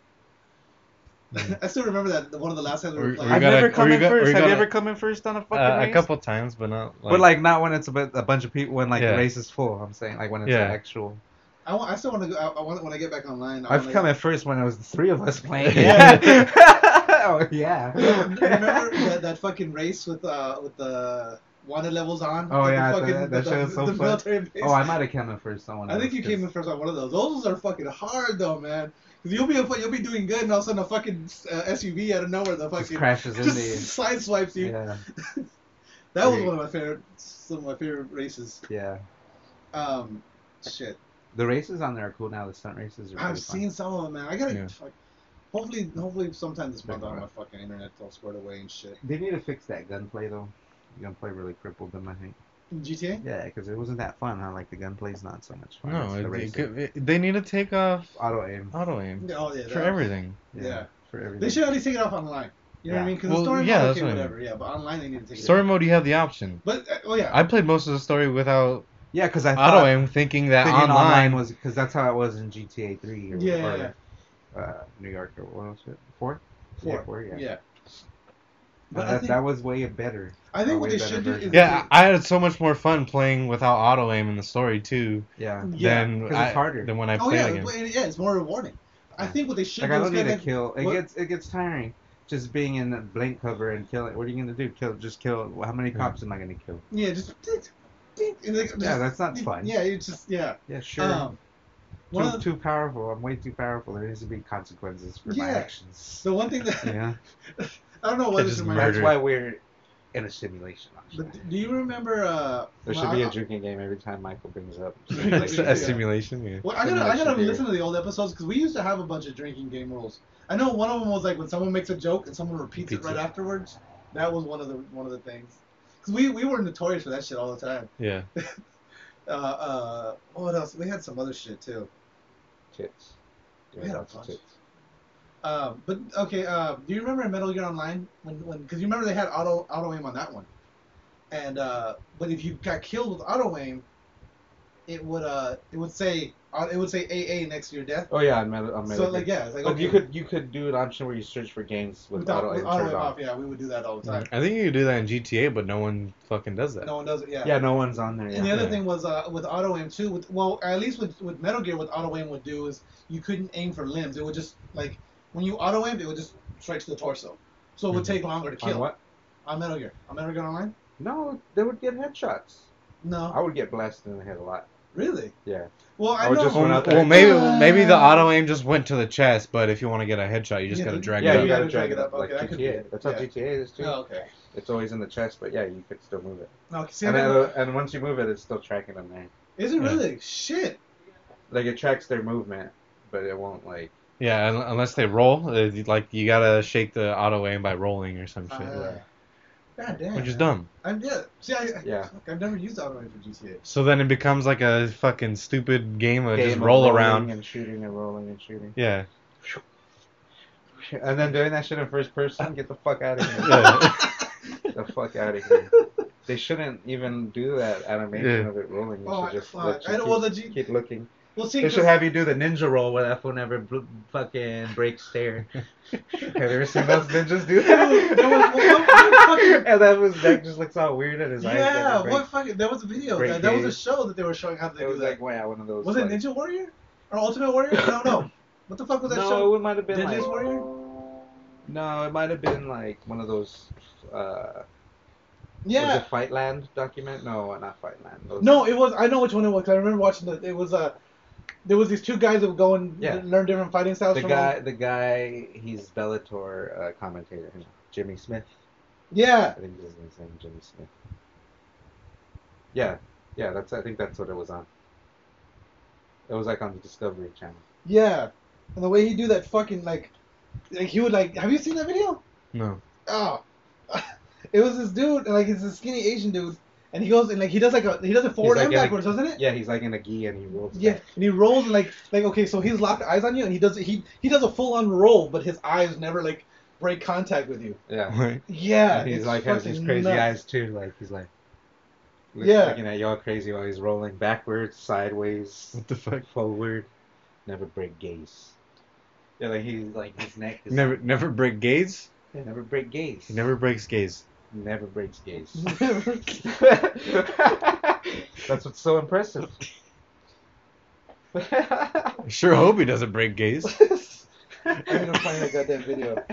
Speaker 2: I still remember that one of the last times we
Speaker 3: Or-
Speaker 2: were
Speaker 3: or
Speaker 2: playing.
Speaker 3: you
Speaker 4: I've
Speaker 3: gotta-
Speaker 4: never
Speaker 3: or
Speaker 4: come
Speaker 3: you
Speaker 4: in
Speaker 3: got- or you
Speaker 4: first. Have you
Speaker 3: gotta-
Speaker 4: ever come in first on a fucking
Speaker 3: uh,
Speaker 4: race?
Speaker 3: a couple times, but not like,
Speaker 4: but like not when it's a, bu- a bunch of people. When like
Speaker 3: Yeah.
Speaker 4: the race is full. I'm saying like when it's
Speaker 3: Yeah.
Speaker 4: an actual.
Speaker 2: I, want, I still want to go. I, I want when I get back online. I
Speaker 4: I've
Speaker 2: wanna-
Speaker 4: come at first when it was the three of us playing.
Speaker 3: Yeah.
Speaker 4: oh yeah.
Speaker 2: remember that, that fucking race with uh with the wanted levels on.
Speaker 4: Oh,
Speaker 2: With the
Speaker 4: yeah, that- that
Speaker 2: with
Speaker 4: shit
Speaker 2: the-
Speaker 4: was so
Speaker 2: the
Speaker 4: fun.
Speaker 2: military base.
Speaker 4: oh, I might have come in first on one.
Speaker 2: I
Speaker 4: of
Speaker 2: think
Speaker 4: those,
Speaker 2: you came in
Speaker 4: 'cause-
Speaker 2: first on one of those. Those ones are fucking hard though, man. Cause you'll be a, fu- you'll be doing good, and all of a sudden a fucking uh, SUV out of nowhere the
Speaker 4: Just
Speaker 2: fucking
Speaker 4: crashes
Speaker 2: just
Speaker 4: into
Speaker 2: sideswipes
Speaker 4: you.
Speaker 2: you.
Speaker 4: Yeah.
Speaker 2: That was
Speaker 4: Great.
Speaker 2: one of my favorite some of my favorite races.
Speaker 4: Yeah.
Speaker 2: Um, shit,
Speaker 4: The races on there are cool now. The stunt races are.
Speaker 2: I've
Speaker 4: pretty fun.
Speaker 2: seen some of them, man. I gotta
Speaker 3: Yeah.
Speaker 2: fuck. Hopefully, hopefully sometime this month
Speaker 4: Check 'em
Speaker 2: I'll have my
Speaker 4: out.
Speaker 2: fucking internet all squared away and shit.
Speaker 4: They need to fix that gunplay though. Gunplay really crippled them, I think.
Speaker 2: GTA?
Speaker 4: Yeah, because it wasn't that fun. Huh? Like the gunplay's not so much fun.
Speaker 3: no,
Speaker 4: it's the
Speaker 3: it- it
Speaker 4: racing.
Speaker 3: could- it- they need to take off
Speaker 4: auto aim.
Speaker 3: auto aim
Speaker 2: Oh yeah.
Speaker 3: for
Speaker 2: that-
Speaker 3: everything.
Speaker 2: Yeah.
Speaker 4: For everything.
Speaker 2: They should at least take it off online. You know what I
Speaker 4: Yeah.
Speaker 2: mean? Because
Speaker 3: Well,
Speaker 2: the story
Speaker 3: yeah,
Speaker 2: mode,
Speaker 3: that's
Speaker 2: okay,
Speaker 3: what I mean.
Speaker 2: whatever. Yeah, but online they need to take
Speaker 3: Story
Speaker 2: it.
Speaker 3: mode, you have the option.
Speaker 2: But uh, oh yeah,
Speaker 3: I played most of the story without
Speaker 4: Yeah, because I thought
Speaker 3: auto aim, thinking that
Speaker 4: thinking
Speaker 3: online,
Speaker 4: online was because that's how it was in GTA three or,
Speaker 2: Yeah, yeah,
Speaker 4: or, Uh, New York or what was it four?
Speaker 2: Four.
Speaker 4: Yeah, four. Yeah.
Speaker 2: yeah. But I
Speaker 4: that,
Speaker 2: think-
Speaker 4: that was way better.
Speaker 2: I
Speaker 4: a
Speaker 2: think what
Speaker 4: way
Speaker 2: they
Speaker 4: better
Speaker 2: should do
Speaker 4: version.
Speaker 2: is
Speaker 3: Yeah, I I had so much more fun playing without auto aim in the story too
Speaker 4: Yeah.
Speaker 2: Yeah,
Speaker 3: than
Speaker 4: 'cause it's
Speaker 3: I-
Speaker 4: harder.
Speaker 3: than when I
Speaker 2: oh
Speaker 3: played
Speaker 2: yeah,
Speaker 3: again.
Speaker 2: it- yeah, it's more rewarding. I think what they should
Speaker 4: Like I
Speaker 2: do is
Speaker 4: love you
Speaker 2: kind
Speaker 4: to
Speaker 2: of
Speaker 4: kill. It
Speaker 2: what-
Speaker 4: gets it gets tiring. Just being in the blank cover and killing. What are you gonna do? Kill? Just kill? How many
Speaker 3: Yeah.
Speaker 4: cops am I gonna kill?
Speaker 2: yeah, just, and they- just-
Speaker 4: Yeah, that's not fun.
Speaker 2: Yeah, it's just yeah.
Speaker 4: Yeah, sure.
Speaker 2: Um,
Speaker 4: too,
Speaker 2: one of the,
Speaker 4: too powerful. I'm way too powerful. There needs to be consequences for my
Speaker 2: Yeah.
Speaker 4: actions.
Speaker 2: the one thing that
Speaker 4: Yeah.
Speaker 2: I don't know what
Speaker 3: They
Speaker 2: this
Speaker 3: just
Speaker 2: reminds.
Speaker 4: That's
Speaker 3: Murder.
Speaker 4: why we're in a simulation.
Speaker 2: But do you remember? Uh,
Speaker 4: There
Speaker 2: well,
Speaker 4: should be
Speaker 2: I-
Speaker 4: a drinking game every time Michael brings up.
Speaker 3: It's
Speaker 2: Yeah.
Speaker 3: a simulation. Yeah.
Speaker 2: Well, I gotta, I
Speaker 4: Simulation
Speaker 2: gotta
Speaker 4: theory.
Speaker 2: listen to the old episodes because we used to have a bunch of drinking game rules. I know one of them was like when someone makes a joke and someone repeats it
Speaker 3: Repeats
Speaker 2: right
Speaker 3: it.
Speaker 2: afterwards. That was one of the one of the things. Cause we, we were notorious for that shit all the time.
Speaker 3: yeah.
Speaker 2: Uh, uh, what else? We had some other shit too.
Speaker 4: Tits.
Speaker 2: We had a
Speaker 4: Lots of
Speaker 2: bunch.
Speaker 4: tits.
Speaker 2: Um, but okay, uh, do you remember in Metal Gear Online when when because you remember they had auto auto aim on that one, and uh, but if you got killed with auto aim, it would uh it would say uh, it would say AA next to your death.
Speaker 4: Oh yeah, I'm mad. I'm mad
Speaker 2: So
Speaker 4: at
Speaker 2: like
Speaker 4: you.
Speaker 2: yeah, it's like
Speaker 4: Like,
Speaker 2: okay,
Speaker 4: you could you could do an option where you search for games with
Speaker 2: without
Speaker 4: auto
Speaker 2: with
Speaker 4: aim
Speaker 2: auto
Speaker 4: turned
Speaker 2: aim
Speaker 4: off. Mm-hmm.
Speaker 2: off. Yeah, we would do that all the time.
Speaker 3: I think you could do that in GTA, but no one fucking does that.
Speaker 2: No one does it. Yeah.
Speaker 4: Yeah, no one's on there.
Speaker 2: And the
Speaker 4: Yeah.
Speaker 2: other
Speaker 3: Yeah.
Speaker 2: thing was uh, with auto aim too. With well, at least with with Metal Gear, what auto aim would do is you couldn't aim for limbs. It would just like when you auto aimed, it would just strike to the torso. So it would
Speaker 3: Mhm.
Speaker 2: take longer to
Speaker 4: Mm-hmm. On
Speaker 2: kill.
Speaker 4: what?
Speaker 2: On Metal Gear. On Metal Gear Online.
Speaker 4: No, they would get headshots.
Speaker 2: No.
Speaker 4: I would get blasted in the head a lot.
Speaker 2: Really?
Speaker 4: Yeah.
Speaker 2: Well, I,
Speaker 4: I would
Speaker 2: know.
Speaker 4: just
Speaker 3: Well,
Speaker 4: run out
Speaker 3: well,
Speaker 4: there.
Speaker 3: maybe maybe the auto aim just went to the chest, but if you want to get a headshot, you just
Speaker 2: Yeah,
Speaker 3: gotta
Speaker 2: the-
Speaker 3: drag
Speaker 4: yeah,
Speaker 2: you
Speaker 3: it
Speaker 4: you
Speaker 3: up.
Speaker 2: gotta
Speaker 4: gotta
Speaker 2: drag
Speaker 4: drag
Speaker 2: it up.
Speaker 4: Like
Speaker 2: Okay, that could be
Speaker 4: GTA.
Speaker 2: it.
Speaker 4: That's how
Speaker 2: Yeah.
Speaker 4: GTA is too.
Speaker 2: Oh, okay.
Speaker 4: It's always in the chest, but yeah, you could still move it.
Speaker 2: No, see, I
Speaker 4: And,
Speaker 2: didn't-
Speaker 4: then, and once you move it, it's still tracking them there.
Speaker 2: is it
Speaker 3: yeah.
Speaker 2: really? Shit.
Speaker 4: Like it tracks their movement, but it won't like.
Speaker 3: Yeah, un- unless they roll, uh, like you gotta shake the auto aim by rolling or some shit,
Speaker 2: Uh, God damn.
Speaker 3: which is dumb.
Speaker 2: I'm yeah. See, I, I-
Speaker 4: Yeah.
Speaker 2: fuck, I've never used auto aim for GTA.
Speaker 3: So then it becomes like a fucking stupid game of
Speaker 4: game
Speaker 3: just
Speaker 4: of
Speaker 3: roll
Speaker 4: rolling
Speaker 3: around.
Speaker 4: and shooting and rolling and shooting.
Speaker 3: Yeah.
Speaker 4: And then doing that shit in first person, get the fuck out of here.
Speaker 3: yeah.
Speaker 4: Get the fuck out of here. They shouldn't even do that animation
Speaker 3: Yeah.
Speaker 4: of it rolling. They
Speaker 2: Oh,
Speaker 4: should just
Speaker 2: fuck.
Speaker 4: let you
Speaker 2: I don't- well, the
Speaker 4: keep,
Speaker 2: G-
Speaker 4: keep looking.
Speaker 2: Well, see,
Speaker 4: They
Speaker 2: 'cause-
Speaker 4: should have you do the ninja roll where that phone ever bl- fucking breaks there. have you ever seen those ninjas do that?
Speaker 2: There was- there was one- one fucking-
Speaker 4: and that was Zach just looks all weird and his eyes.
Speaker 2: Yeah,
Speaker 4: never break.
Speaker 2: what fucking? There was a video.
Speaker 4: Break
Speaker 2: That, that was a
Speaker 4: days.
Speaker 2: show that they were showing how they
Speaker 4: It
Speaker 2: do
Speaker 4: was
Speaker 2: that.
Speaker 4: like wow, one of those.
Speaker 2: was it
Speaker 4: like,
Speaker 2: Ninja Warrior or Ultimate Warrior? I don't know. What the fuck was that
Speaker 4: No,
Speaker 2: show?
Speaker 4: it might have been
Speaker 2: Ninjas
Speaker 4: like.
Speaker 2: Warrior?
Speaker 4: No, it might have been like one of those. Uh, Was
Speaker 2: Yeah.
Speaker 4: it Fightland document? No, not Fightland. Those-
Speaker 2: No, it was. I know which one it was. 'cause I remember watching the. It was Uh, there was these two guys that would go and
Speaker 4: Yeah.
Speaker 2: learn different fighting styles
Speaker 4: The
Speaker 2: from.
Speaker 4: guy,
Speaker 2: Them.
Speaker 4: the guy, he's Bellator uh, commentator, Jimmy Smith.
Speaker 2: Yeah.
Speaker 4: I think his name's name Jimmy Smith. Yeah, yeah, that's I think that's what it was on. It was like on the Discovery Channel.
Speaker 2: Yeah. And the way he do that fucking like, like he would like. Have you seen that video?
Speaker 3: No.
Speaker 2: Oh. it was this dude, and like he's this skinny Asian dude, and he goes and like he does like a he does a forward
Speaker 4: like
Speaker 2: and
Speaker 4: in a-
Speaker 2: backwards, doesn't it?
Speaker 4: Yeah, he's like in a gi and he rolls.
Speaker 2: Yeah,
Speaker 4: back.
Speaker 2: and he rolls and like like okay, so he's locked eyes on you, and he does he he does a full on roll, but his eyes never like break contact with you.
Speaker 4: yeah.
Speaker 3: Right.
Speaker 2: Yeah,
Speaker 4: And he's
Speaker 2: it's
Speaker 4: like has these
Speaker 2: fucking
Speaker 4: crazy
Speaker 2: nuts.
Speaker 4: eyes too. Like he's like, look-
Speaker 2: Yeah.
Speaker 4: looking at y'all crazy while he's rolling backwards, sideways,
Speaker 3: What the fuck?
Speaker 4: forward. Never break gaze. Yeah, like he's like his neck is
Speaker 3: Never never break gaze.
Speaker 4: Yeah, never break gaze.
Speaker 3: He never breaks gaze.
Speaker 4: never breaks gaze.
Speaker 2: Never-
Speaker 4: That's what's so impressive. I'm
Speaker 3: I sure hope he doesn't break gaze.
Speaker 2: gonna find that goddamn video.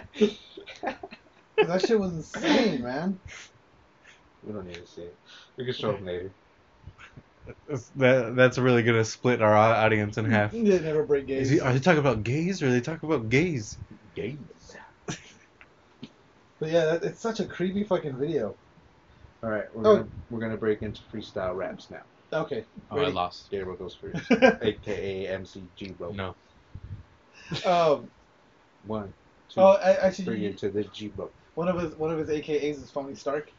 Speaker 2: that shit was insane, man.
Speaker 4: We don't need to see it. We can show them later.
Speaker 3: That's- That, that's really gonna split our au- audience in half.
Speaker 2: They never break
Speaker 3: Is
Speaker 2: gaze.
Speaker 3: he, are they talking about gaze or are they talking about gaze?
Speaker 4: Gaze.
Speaker 2: But yeah, that, it's such a creepy fucking video.
Speaker 4: All right, we're
Speaker 2: Oh.
Speaker 4: gonna we're gonna break into freestyle raps now.
Speaker 2: Okay.
Speaker 4: Oh,
Speaker 2: ready?
Speaker 3: lost.
Speaker 4: Gabriel goes first, aka MCG Bro.
Speaker 3: No.
Speaker 2: um,
Speaker 4: One, two,
Speaker 2: oh, I, actually,
Speaker 4: three, into the G Bro.
Speaker 2: one of his one of his AKAs is Phony Stark.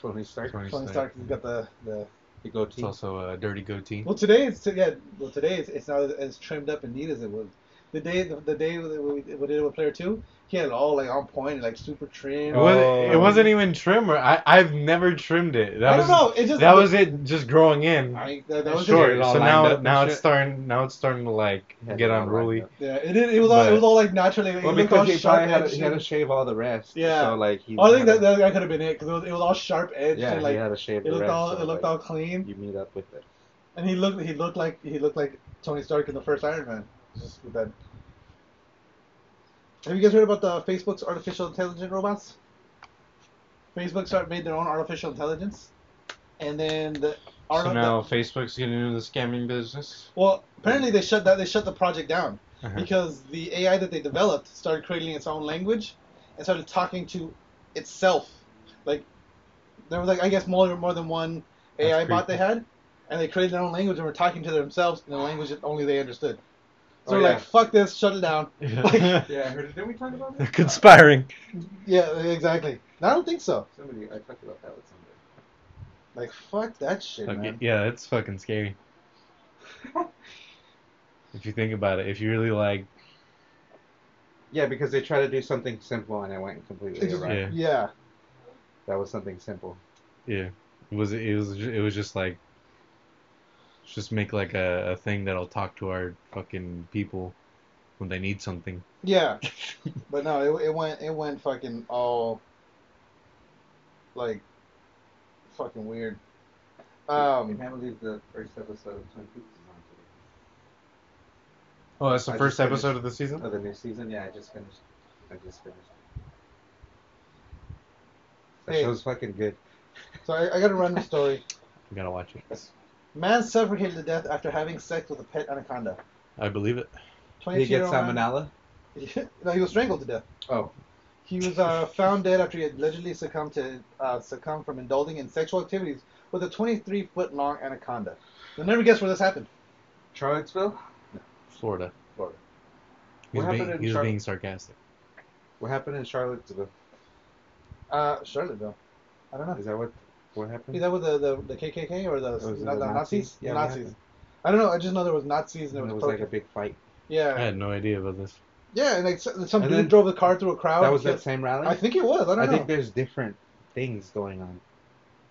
Speaker 4: Funny start.
Speaker 3: Tony
Speaker 2: Phony
Speaker 3: Stark.
Speaker 2: Stark, he's got the the
Speaker 4: The goatee.
Speaker 3: It's also a dirty goatee.
Speaker 2: Well, today it's yeah. Well, today it's, it's not as, as trimmed up and neat as it was. The day the, the day that we, we did it with Player Two, he had it all like on point, like super trim.
Speaker 3: It, wasn't, it
Speaker 4: Oh.
Speaker 3: wasn't even trimmer. I I've never trimmed it. That
Speaker 2: I
Speaker 3: was
Speaker 2: don't know. It just
Speaker 3: that was it. Just growing in.
Speaker 2: Oh, I, that, that
Speaker 4: That's
Speaker 2: was
Speaker 4: short.
Speaker 2: It.
Speaker 4: It all
Speaker 3: So
Speaker 4: lined
Speaker 3: now
Speaker 4: up and
Speaker 3: now
Speaker 4: shit.
Speaker 3: it's starting now it's starting to like
Speaker 4: Had
Speaker 3: get
Speaker 4: it all lined
Speaker 3: unruly.
Speaker 4: up.
Speaker 2: Yeah, it, it, it was all it was all like naturally. It
Speaker 4: Well,
Speaker 2: looked all
Speaker 4: because he
Speaker 2: sharp
Speaker 4: probably had,
Speaker 2: edged
Speaker 4: to- he had to
Speaker 2: and-
Speaker 4: shave all the rest.
Speaker 2: Yeah.
Speaker 4: So like he.
Speaker 2: Oh, I think
Speaker 4: had
Speaker 2: that,
Speaker 4: to-
Speaker 2: that, that could have been it because it was, it was all sharp edged
Speaker 4: Yeah,
Speaker 2: and
Speaker 4: he
Speaker 2: like
Speaker 4: had to shave
Speaker 2: it
Speaker 4: the
Speaker 2: looked
Speaker 4: rest.
Speaker 2: all
Speaker 4: so,
Speaker 2: it looked
Speaker 4: like,
Speaker 2: all clean.
Speaker 4: You meet up with it.
Speaker 2: And he looked he looked like he looked like Tony Stark in the first Iron Man. Just with that. Have you guys heard about the Facebook's artificial intelligent robots? Facebook start made their own artificial intelligence, and then the art
Speaker 3: So now Facebook's getting into the scamming business.
Speaker 2: well apparently they shut that they shut the project down
Speaker 3: Uh-huh.
Speaker 2: because the AI that they developed started creating its own language and started talking to itself. Like there was like I guess more more than one
Speaker 3: That's
Speaker 2: AI bot they
Speaker 3: creepy.
Speaker 2: had, and they created their own language and were talking to themselves in a language that only they understood. So
Speaker 4: Oh,
Speaker 2: they're
Speaker 4: yeah.
Speaker 2: like, fuck this, shut it down. Like-
Speaker 4: Yeah, I heard it. Didn't we talk about
Speaker 3: They're conspiring.
Speaker 2: Yeah, exactly. And I don't think so.
Speaker 4: Somebody, I talked about that with somebody.
Speaker 2: Like fuck that shit,
Speaker 3: Fuck it.
Speaker 2: man.
Speaker 3: Yeah, it's fucking scary. if you think about it, if you really like,
Speaker 4: Yeah, because they tried to do something simple and it went completely
Speaker 2: It's-
Speaker 4: awry.
Speaker 3: Yeah.
Speaker 2: Yeah.
Speaker 4: That was something simple.
Speaker 3: yeah, it was it was ju- it was just like, let's just make like a, a thing that'll talk to our fucking people when they need something.
Speaker 2: Yeah. But no, it, it went it went fucking all like fucking weird.
Speaker 4: I
Speaker 2: Um
Speaker 4: can't believe the first episode of Twin Peaks is on
Speaker 3: Oh, that's the
Speaker 4: I
Speaker 3: first
Speaker 4: just finished-
Speaker 3: episode of the season.
Speaker 4: today. Of the new season? Yeah, I just finished. I just finished. That
Speaker 2: Hey.
Speaker 4: show's fucking good.
Speaker 2: so I, I gotta run the story.
Speaker 3: You gotta watch it.
Speaker 2: Man suffocated to death after having sex with a pet anaconda.
Speaker 3: I believe it.
Speaker 4: Did he get
Speaker 2: 22-year-old man-
Speaker 4: salmonella?
Speaker 2: no, he was strangled to death.
Speaker 4: Oh.
Speaker 2: He was uh, found dead after he had allegedly succumbed to uh, succumbed from indulging in sexual activities with a 23 foot long anaconda. You'll never guess where this happened.
Speaker 4: Charlottesville?
Speaker 3: Florida.
Speaker 4: Florida.
Speaker 3: He was
Speaker 4: What
Speaker 3: being,
Speaker 4: happened in
Speaker 3: he was
Speaker 4: Char-
Speaker 3: being sarcastic.
Speaker 4: What happened in Charlottesville?
Speaker 2: Uh, Charlottesville. I don't know.
Speaker 4: Is that what what happened?
Speaker 2: Is that with the, the, the KKK or the,
Speaker 4: Oh, is it
Speaker 2: not-
Speaker 4: the
Speaker 2: the Nazis?
Speaker 4: Nazis? Yeah,
Speaker 2: The
Speaker 4: what
Speaker 2: Nazis.
Speaker 4: happened?
Speaker 2: I don't know. I just know there was Nazis and
Speaker 4: It
Speaker 2: there was,
Speaker 4: was like a
Speaker 2: protest.
Speaker 4: big fight.
Speaker 3: I
Speaker 2: yeah,
Speaker 3: had no idea about this.
Speaker 2: yeah, and like some some
Speaker 4: And
Speaker 2: dude
Speaker 4: then-
Speaker 2: drove the car through a crowd.
Speaker 4: That was
Speaker 2: and
Speaker 4: that same rally?
Speaker 2: killed- Oh, I think it was. I don't
Speaker 4: I
Speaker 2: know.
Speaker 4: think there's different things going on.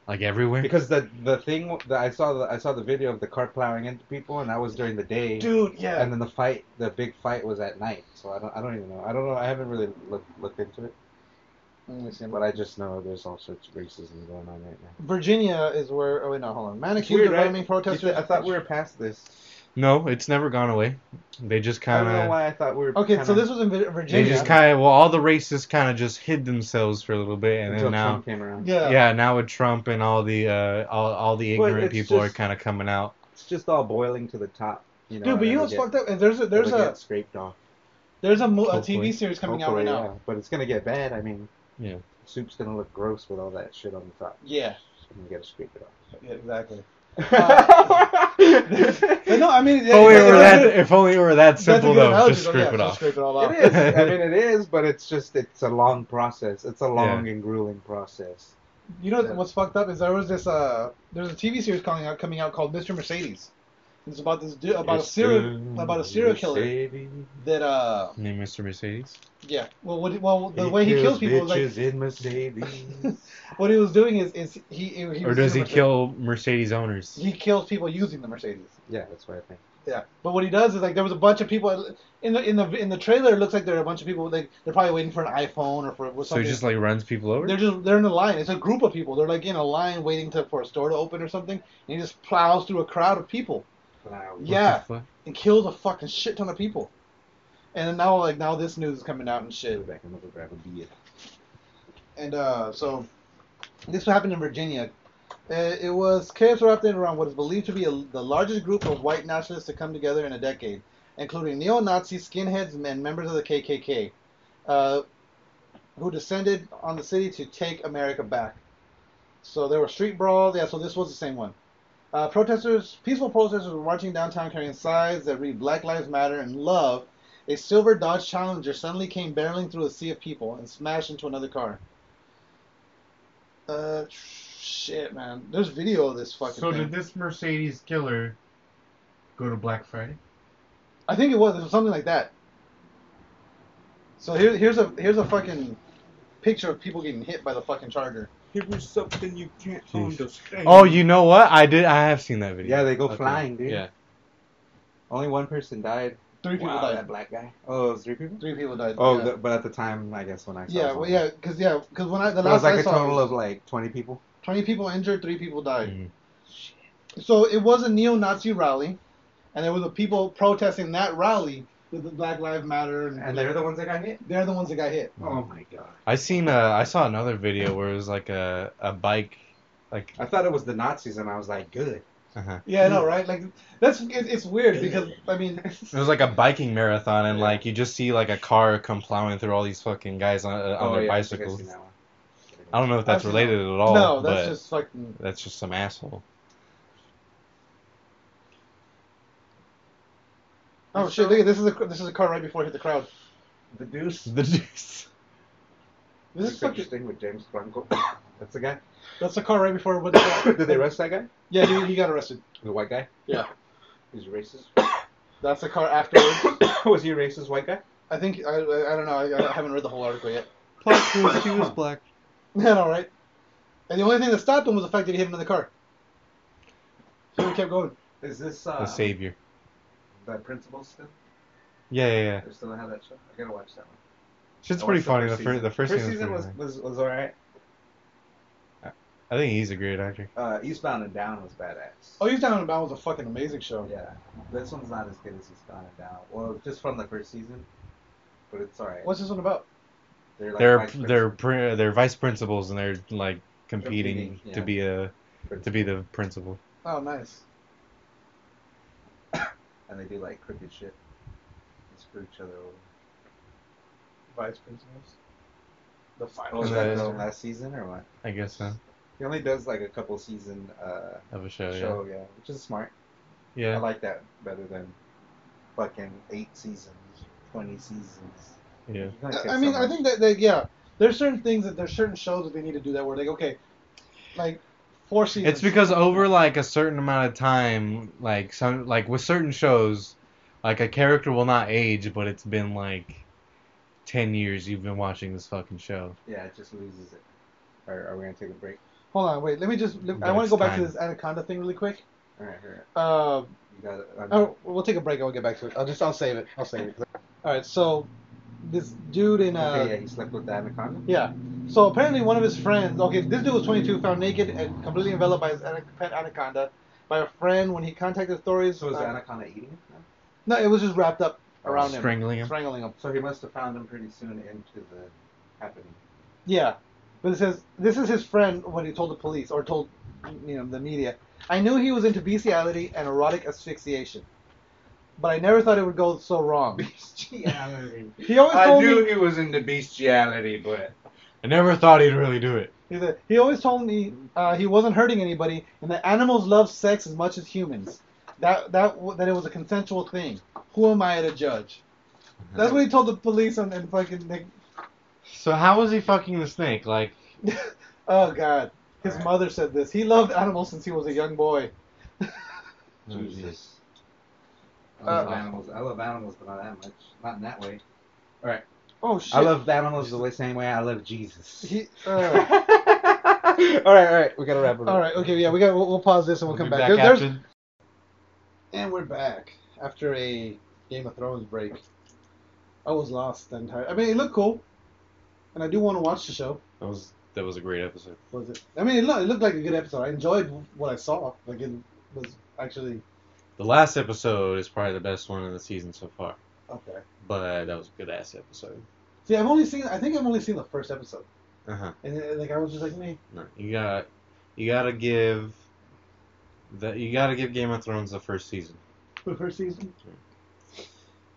Speaker 3: Like everywhere.
Speaker 4: Because the the thing w- that I saw the I saw the video of the car plowing into people, and that was during the day.
Speaker 2: Dude, yeah.
Speaker 4: And then the fight, the big fight, was at night. So I don't I don't even know. I don't know. I haven't really looked looked into it,
Speaker 2: Let me see.
Speaker 4: but I just know there's all sorts of racism going on right now.
Speaker 2: Virginia is where. Oh wait, no, hold on. Man
Speaker 4: It's
Speaker 2: accused
Speaker 4: weird,
Speaker 2: of
Speaker 4: right?
Speaker 2: arming
Speaker 4: You
Speaker 2: protesters.
Speaker 4: said- I thought we were past this.
Speaker 3: No, it's never gone away. They just
Speaker 4: I
Speaker 3: kind
Speaker 4: don't know
Speaker 3: of.
Speaker 4: why I thought we were.
Speaker 2: Okay, so
Speaker 4: kinda-
Speaker 2: this was in Vi-
Speaker 3: They
Speaker 2: Virginia.
Speaker 3: just kind of. Well, all the racists kind of just hid themselves for a little bit, and
Speaker 4: until
Speaker 3: then now.
Speaker 4: Trump came around.
Speaker 2: yeah.
Speaker 3: Yeah, now with Trump and all the uh, all, all the
Speaker 4: But
Speaker 3: ignorant
Speaker 4: it's
Speaker 3: people are
Speaker 4: just-
Speaker 3: kind of coming out.
Speaker 4: It's just all boiling to the top. You know,
Speaker 2: Dude, but
Speaker 4: and
Speaker 2: you
Speaker 4: it'll
Speaker 2: know what's
Speaker 4: get-
Speaker 2: fucked up? And there's a
Speaker 4: it'll
Speaker 2: there's a
Speaker 4: get scraped off.
Speaker 2: there's a, mo- a
Speaker 3: Hopefully.
Speaker 2: TV series coming out right
Speaker 4: Hopefully,
Speaker 2: now.
Speaker 4: yeah. But it's gonna get bad. I mean,
Speaker 3: Yeah.
Speaker 4: soup's gonna look gross with all that shit on the top.
Speaker 2: Yeah.
Speaker 4: You gotta scrape it off.
Speaker 2: Yeah, exactly. But
Speaker 4: it
Speaker 2: no, I mean,
Speaker 3: If only it
Speaker 2: it's-
Speaker 3: were
Speaker 2: it's a
Speaker 3: that.
Speaker 2: good-
Speaker 3: If only it were that
Speaker 2: that's a
Speaker 3: simple
Speaker 2: good
Speaker 3: though.
Speaker 2: analogy,
Speaker 3: Just
Speaker 2: though,
Speaker 3: scrape
Speaker 2: yeah,
Speaker 3: it
Speaker 2: just
Speaker 3: off.
Speaker 2: Scrape it all off.
Speaker 4: is. I mean, it is, but it's just it's a long process. It's a long and grueling process.
Speaker 2: You know
Speaker 4: Yeah.
Speaker 2: what's fucked up is there was this uh there's a TV series coming out coming out called Mr. Mercedes. It's about this dude about a serial about a serial killer that uh
Speaker 3: Name Mr. Mercedes.
Speaker 2: yeah well what well the way he kills people is like
Speaker 4: bitches in Mercedes.
Speaker 2: What he was doing is, is he, he was
Speaker 3: or does
Speaker 2: using
Speaker 3: he
Speaker 2: Mercedes.
Speaker 3: kill Mercedes owners?
Speaker 2: He kills people using the Mercedes.
Speaker 4: yeah, that's what I think.
Speaker 2: Yeah, but what he does is like there was a bunch of people in the in the in the trailer. It looks like there are a bunch of people like they're probably waiting for an iPhone or for or
Speaker 3: so he
Speaker 2: something.
Speaker 3: just like runs people over.
Speaker 2: they're just they're in a line. It's a group of people. They're like in a line waiting to for a store to open or something, and he just plows through a crowd of people
Speaker 3: What
Speaker 2: Yeah.
Speaker 3: the fuck?
Speaker 2: and kills a fucking shit ton of people. And then now like now this news is coming out and shit.
Speaker 4: Go back and look at grab a beer.
Speaker 2: And uh, so, this happened in Virginia. Uh, it was chaos erupted around what is believed to be a, the largest group of white nationalists to come together in a decade, including neo-Nazi skinheads and members of the KKK, uh, who descended on the city to take America back. So there were street brawls. Yeah, so this was the same one. Uh, protesters, peaceful protesters, were marching downtown carrying signs that read "Black Lives Matter" and "Love." A silver Dodge Challenger suddenly came barreling through a sea of people and smashed into another car. Uh, shit, man. There's video of this fucking thing.
Speaker 3: this Mercedes killer go to Black Friday?
Speaker 2: I think it was, it was something like that. So here, here's a here's a fucking picture of people getting hit by the fucking charger.
Speaker 5: Here is something you can't
Speaker 3: Jeez.
Speaker 5: understand.
Speaker 3: Oh, you know what? I did. I have seen that video.
Speaker 4: Yeah, they go
Speaker 3: Okay.
Speaker 4: flying, dude.
Speaker 3: Yeah.
Speaker 4: Only one person died.
Speaker 2: Three people
Speaker 4: Wow,
Speaker 2: died.
Speaker 4: that black guy. Oh, it was three people.
Speaker 2: Three people died.
Speaker 4: Oh,
Speaker 2: yeah.
Speaker 4: the- but at the time, I guess when I saw.
Speaker 2: yeah,
Speaker 4: it,
Speaker 2: well, yeah, because yeah, 'cause when I the
Speaker 4: it was
Speaker 2: last
Speaker 4: like
Speaker 2: I
Speaker 4: a
Speaker 2: saw,
Speaker 4: total of Mm-hmm. like 20 people.
Speaker 2: twenty people injured, three people died.
Speaker 3: Mhm.
Speaker 2: So it was a neo-Nazi rally, and there was a people protesting that rally with the Black Lives Matter, and,
Speaker 4: And they're the ones that got hit.
Speaker 2: they're the ones that got hit.
Speaker 4: Oh my god!
Speaker 3: I seen. Uh, I saw another video where it was like a a bike, like.
Speaker 4: I thought it was the Nazis, and I was like, good.
Speaker 3: uh
Speaker 2: Yeah, I
Speaker 4: Mm.
Speaker 2: know, right? Like that's it, it's weird because I mean,
Speaker 3: It was like a biking marathon, and like you just see like a car come plowing through all these fucking guys on, uh, on
Speaker 4: Oh,
Speaker 3: their
Speaker 4: yeah, I think I've
Speaker 3: bicycles.
Speaker 4: seen that one.
Speaker 3: I don't know if that's
Speaker 2: I've seen
Speaker 3: related at all.
Speaker 2: no, that's
Speaker 3: but
Speaker 2: just fucking.
Speaker 3: that's just some asshole.
Speaker 2: Oh shit! Look at this is a this is a car right before it hit the crowd.
Speaker 4: The Deuce.
Speaker 3: The deuce.
Speaker 2: This
Speaker 4: It's
Speaker 2: is fucking.
Speaker 4: interesting with James Franco. That's the guy.
Speaker 2: That's the car right before it went. to the crowd.
Speaker 4: Did they arrest that guy?
Speaker 2: Yeah, he, he got arrested.
Speaker 4: The white guy.
Speaker 2: Yeah,
Speaker 4: He's racist.
Speaker 2: that's the car afterwards.
Speaker 4: was he a racist white guy?
Speaker 2: I think I, I, I don't know. I, I haven't read the whole article yet.
Speaker 3: Plot twist. He was black.
Speaker 2: Yeah, all right. And the only thing that stopped him was the fact that he hit him in the car. So he kept going.
Speaker 4: Is this uh,
Speaker 3: The savior.
Speaker 4: the principal still?
Speaker 3: Yeah, yeah, yeah.
Speaker 4: They still have that show. I gotta watch that one.
Speaker 3: Shit's
Speaker 4: I
Speaker 3: pretty
Speaker 4: watched
Speaker 3: funny. The,
Speaker 4: season.
Speaker 3: fir- the first,
Speaker 4: first
Speaker 3: season,
Speaker 4: season
Speaker 3: was
Speaker 4: was,
Speaker 3: pretty funny.
Speaker 4: was, was all right.
Speaker 3: I think he's a great actor.
Speaker 4: Uh, Eastbound and Down was badass.
Speaker 2: Oh, Youth Down and Bound was a fucking amazing show.
Speaker 4: yeah. This one's not as good as Eastbound and Down. Well, just from the first season, but it's all right.
Speaker 2: What's this one about?
Speaker 4: They're
Speaker 3: they're
Speaker 4: vice
Speaker 3: they're
Speaker 4: principals.
Speaker 3: pri- they're vice principals, and they're like competing
Speaker 4: Competing,
Speaker 3: to
Speaker 4: yeah.
Speaker 3: be a to be the principal.
Speaker 2: Oh, nice.
Speaker 4: and they do like crooked shit. They screw each other over.
Speaker 2: Vice principals. The
Speaker 4: Was
Speaker 3: And
Speaker 2: final.
Speaker 3: then-
Speaker 4: that
Speaker 3: that-
Speaker 4: the last season or what?
Speaker 3: I guess so.
Speaker 4: He only does like a couple season uh,
Speaker 3: Of a show,
Speaker 4: show, yeah. which is smart.
Speaker 3: Oh, yeah. Yeah,
Speaker 4: I like that better than fucking eight seasons, twenty seasons.
Speaker 3: yeah.
Speaker 4: You can't
Speaker 2: I-
Speaker 4: get
Speaker 2: I mean,
Speaker 4: so
Speaker 2: I
Speaker 4: much.
Speaker 2: think that, that yeah, there's certain things that there's certain shows that they need to do that where like okay, like four seasons.
Speaker 3: It's because over like a certain amount of time, like some like with certain shows, like a character will not age, but it's been like ten years you've been watching this fucking show.
Speaker 4: yeah, it just loses it. Are, are we gonna take a break?
Speaker 2: hold on, wait, let me just. Let, I
Speaker 3: But
Speaker 2: want to
Speaker 3: it's
Speaker 2: go back to
Speaker 3: time.
Speaker 2: this Anaconda thing really quick.
Speaker 4: All right, all right.
Speaker 2: Uh,
Speaker 4: You got it. I'm-
Speaker 2: Oh, we'll take a break. and we'll get back to it. I'll just I'll save it. I'll save it. All right. So this dude in uh
Speaker 4: okay, yeah, he slept with the anaconda.
Speaker 2: yeah. So apparently one of his friends. Okay, this dude was 22, found naked and completely enveloped by his ana- pet anaconda by a friend when he contacted authorities.
Speaker 4: So was
Speaker 2: uh,
Speaker 4: the anaconda eating him? No?
Speaker 2: no, it was just wrapped up around him,
Speaker 3: Strangling him.
Speaker 2: strangling him.
Speaker 4: So he must have found him pretty soon into the happening.
Speaker 2: Yeah, but it says this is his friend when he told the police or told you know the media. I knew he was into bestiality and erotic asphyxiation, but I never thought it would go so wrong.
Speaker 4: Bestiality.
Speaker 2: He always
Speaker 4: I
Speaker 2: told me
Speaker 4: knew he was into bestiality, but
Speaker 3: I never thought he'd really do it.
Speaker 2: He said, he always told me uh, he wasn't hurting anybody, and that animals love sex as much as humans. That that w- that it was a consensual thing. Who am I to judge? That's what he told the police and, and fucking. Nick.
Speaker 3: So how was he fucking the snake? Like
Speaker 2: Oh God, his
Speaker 4: Alright.
Speaker 2: mother said this. He loved animals since he was a young boy.
Speaker 3: Oh,
Speaker 4: Jesus. I
Speaker 2: Uh,
Speaker 4: love animals. I love animals, but not that much. Not in that way.
Speaker 2: Oh shit.
Speaker 4: I love animals the way- same way I love Jesus.
Speaker 2: He,
Speaker 4: all
Speaker 2: uh,
Speaker 4: right, all right, we gotta wrap it up.
Speaker 2: all right. Okay. Yeah. We got. We'll, we'll pause this and we'll,
Speaker 3: We'll
Speaker 2: come
Speaker 3: be
Speaker 2: back.
Speaker 3: back
Speaker 2: There- there's-
Speaker 3: after-
Speaker 2: And we're back after a Game of Thrones break. I was lost the entire. I mean, it looked cool, and I do want to watch the show.
Speaker 3: That was that was a great episode.
Speaker 2: was it? I mean, it looked, it looked like a good episode. I enjoyed what I saw. Like it was actually
Speaker 3: The last episode is probably the best one of the season so far.
Speaker 2: okay.
Speaker 3: But that was a good ass episode.
Speaker 2: See, I've only seen. I think I've only seen the first episode,
Speaker 3: Uh huh.
Speaker 2: and uh, like I was just like, me.
Speaker 3: No, you got you gotta give the you gotta give Game of Thrones the first season
Speaker 2: The first season.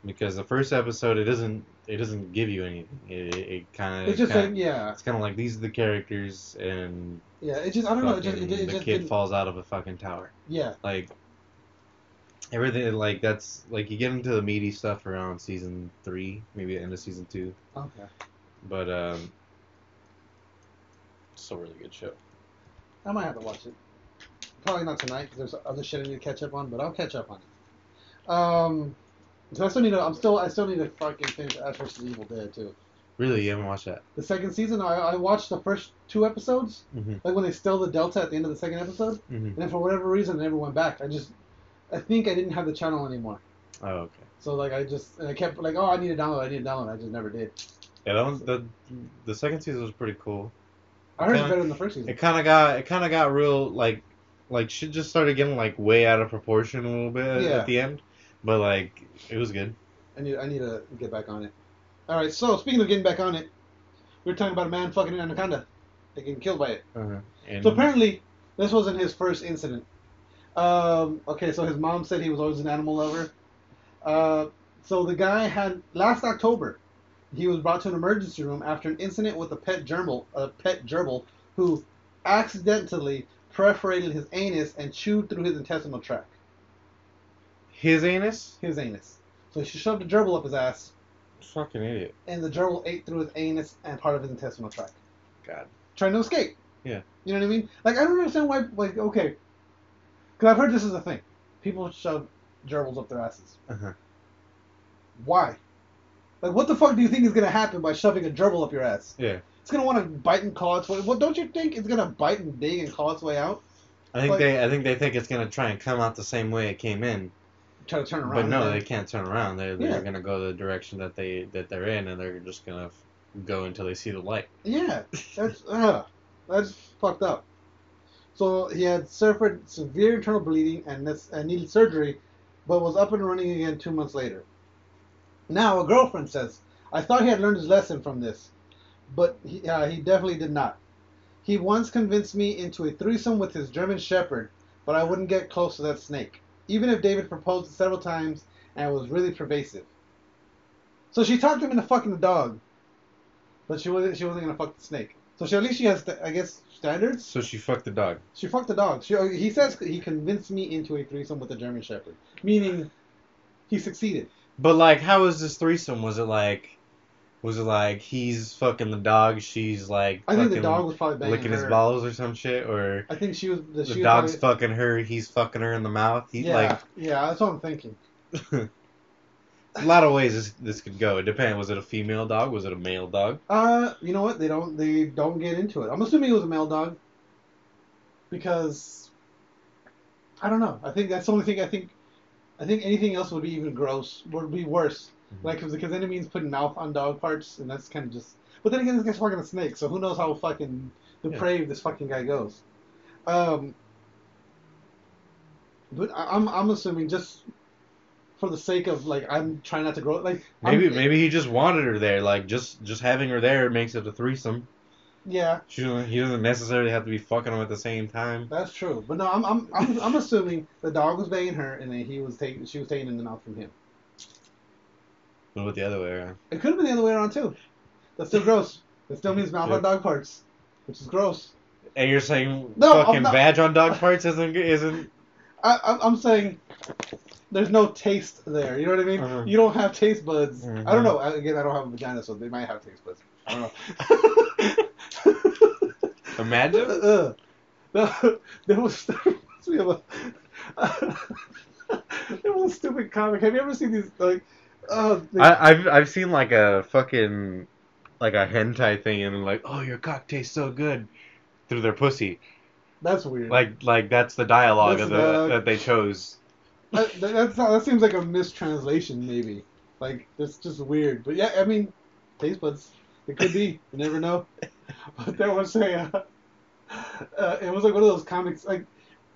Speaker 3: because the first episode it doesn't it doesn't give you anything. It, it, it kind of
Speaker 2: It's just like yeah,
Speaker 3: it's kind of like these are the characters and
Speaker 2: yeah. It just I don't know. It just
Speaker 3: fucking
Speaker 2: it, it
Speaker 3: the
Speaker 2: just
Speaker 3: kid
Speaker 2: didn't,
Speaker 3: falls out of a fucking tower.
Speaker 2: yeah.
Speaker 3: Like everything like that's like you get into the meaty stuff around season three, maybe the end of season two.
Speaker 2: Okay.
Speaker 3: But um, it's a really good show.
Speaker 2: I might have to watch it. Probably not tonight because there's other shit I need to catch up on, but I'll catch up on it. Um, So I still need to. I'm still. I still need to fucking finish Ash vs Evil Dead too.
Speaker 3: Really, you haven't watched that?
Speaker 2: The second season, I, I watched the first two episodes,
Speaker 3: Mm-hmm.
Speaker 2: like when they stole the Delta at the end of the second episode,
Speaker 3: Mm-hmm.
Speaker 2: and then for whatever reason, I never went back. I just, I think I didn't have the channel anymore.
Speaker 3: Oh, okay.
Speaker 2: So like I just, and I kept like, oh, I need to download. I need to download. I just never did.
Speaker 3: Yeah, that one's the the second season was pretty cool.
Speaker 2: I heard it's
Speaker 3: Kinda-
Speaker 2: better than the first season.
Speaker 3: It kind of got it kind of got real like like shit just started getting like way out of proportion a little bit
Speaker 2: Yeah.
Speaker 3: at the end, but like it was good.
Speaker 2: I need, I need to get back on it. All right. So speaking of getting back on it, we were talking about a man fucking an anaconda, They getting killed by it.
Speaker 3: Uh-huh. And
Speaker 2: So apparently, this wasn't his first incident. Um, okay, so his mom said he was always an animal lover. Uh, so the guy had last October, he was brought to an emergency room after an incident with a pet gerbil, a pet gerbil who accidentally perforated his anus and chewed through his intestinal tract,
Speaker 3: his anus,
Speaker 2: his anus. So she shoved a gerbil up his ass,
Speaker 3: fucking idiot.
Speaker 2: and the gerbil ate through his anus and part of his intestinal tract.
Speaker 3: God.
Speaker 2: trying to escape.
Speaker 3: Yeah.
Speaker 2: You know what I mean? Like I don't understand why. Like okay, because I've heard this is a thing. People shove gerbils up their asses.
Speaker 3: Uh-huh.
Speaker 2: Why? Like what the fuck do you think is gonna happen by shoving a gerbil up your ass?
Speaker 3: Yeah.
Speaker 2: It's gonna want to bite and claw its way. Well, don't you think it's gonna bite and dig and claw its way out?
Speaker 3: I think
Speaker 2: Like-
Speaker 3: they I think they think it's gonna try and come out the same way it came in,
Speaker 2: Try to turn around.
Speaker 3: but no,
Speaker 2: and-
Speaker 3: they can't turn around. They they're
Speaker 2: Yeah.
Speaker 3: gonna go the direction that they that they're in, and they're just gonna f- go until they see the light.
Speaker 2: Yeah, that's uh, that's fucked up. So he had suffered severe internal bleeding and, this, and needed surgery, but was up and running again two months later. Now a girlfriend says, "I thought he had learned his lesson from this, but he, uh, he definitely did not. He once convinced me into a threesome with his German Shepherd, but I wouldn't get close to that snake, even if David proposed several times and was really pervasive. So she talked him into fucking the dog, but she wasn't. She wasn't gonna fuck the snake. So she, at least she has, sta- I guess, standards.
Speaker 3: So she fucked the dog.
Speaker 2: She fucked the dog. She, he says he convinced me into a threesome with a German Shepherd, meaning he succeeded.
Speaker 3: But like, how was this threesome? Was it like, was it like he's fucking the dog, she's like
Speaker 2: I think the
Speaker 3: fucking
Speaker 2: dog was probably banging
Speaker 3: licking his
Speaker 2: her.
Speaker 3: balls or some shit, or
Speaker 2: I think she was. The,
Speaker 3: the
Speaker 2: she
Speaker 3: dog's
Speaker 2: was
Speaker 3: fucking her, he's fucking her in the mouth. He
Speaker 2: probably, yeah,
Speaker 3: like
Speaker 2: yeah. That's what I'm thinking.
Speaker 3: a lot of ways this, this could go. It depends. Was it a female dog? Was it a male dog?
Speaker 2: Uh, you know what? They don't. They don't get into it. I'm assuming it was a male dog. Because I don't know. I think that's the only thing. I think. I think anything else would be even gross. Would be worse.
Speaker 3: Mhm.
Speaker 2: Like 'cause Like because then it means putting mouth on dog parts, and that's kind of just. But then again, this guy's fucking a snake, so who knows how fucking depraved this fucking guy goes. Um. But I, I'm I'm assuming just for the sake of like I'm trying not to grow like I'm-
Speaker 3: Maybe maybe he just wanted her there. Like just just having her there makes it a threesome.
Speaker 2: yeah.
Speaker 3: She doesn't, he doesn't necessarily have to be fucking him at the same time.
Speaker 2: That's true, but no, I'm I'm I'm, I'm assuming the dog was banging her, and then he was taking she was taking it in the mouth from him.
Speaker 3: What about the other way around?
Speaker 2: It could have been the other way around too. That's still gross. That still means mouth
Speaker 3: Yeah.
Speaker 2: on dog parts, which is gross.
Speaker 3: And you're saying
Speaker 2: No, I'm
Speaker 3: fucking
Speaker 2: not-
Speaker 3: vag on dog parts isn't isn't
Speaker 2: I, I'm, I'm saying there's no taste there. You know what I mean?
Speaker 3: Mhm.
Speaker 2: You don't have taste buds. I
Speaker 3: Mhm.
Speaker 2: don't know. I- Again, I don't have a vagina, so they might have taste buds. I don't know.
Speaker 3: imagine.
Speaker 2: Uh, uh, there was there reminds me of a there was a stupid comic. Have you ever seen these like uh they-
Speaker 3: I, I've I've seen like a fucking like a hentai thing and they're like, oh, your cock tastes so good through their pussy.
Speaker 2: that's weird.
Speaker 3: Like like that's the dialogue of
Speaker 2: That's
Speaker 3: the,
Speaker 2: the-
Speaker 3: that they chose.
Speaker 2: that, that, that's not- that seems like a mistranslation maybe. Like that's just weird. But yeah, I mean, taste buds. It could be. You never know. But there was a uh, uh, it was like one of those comics like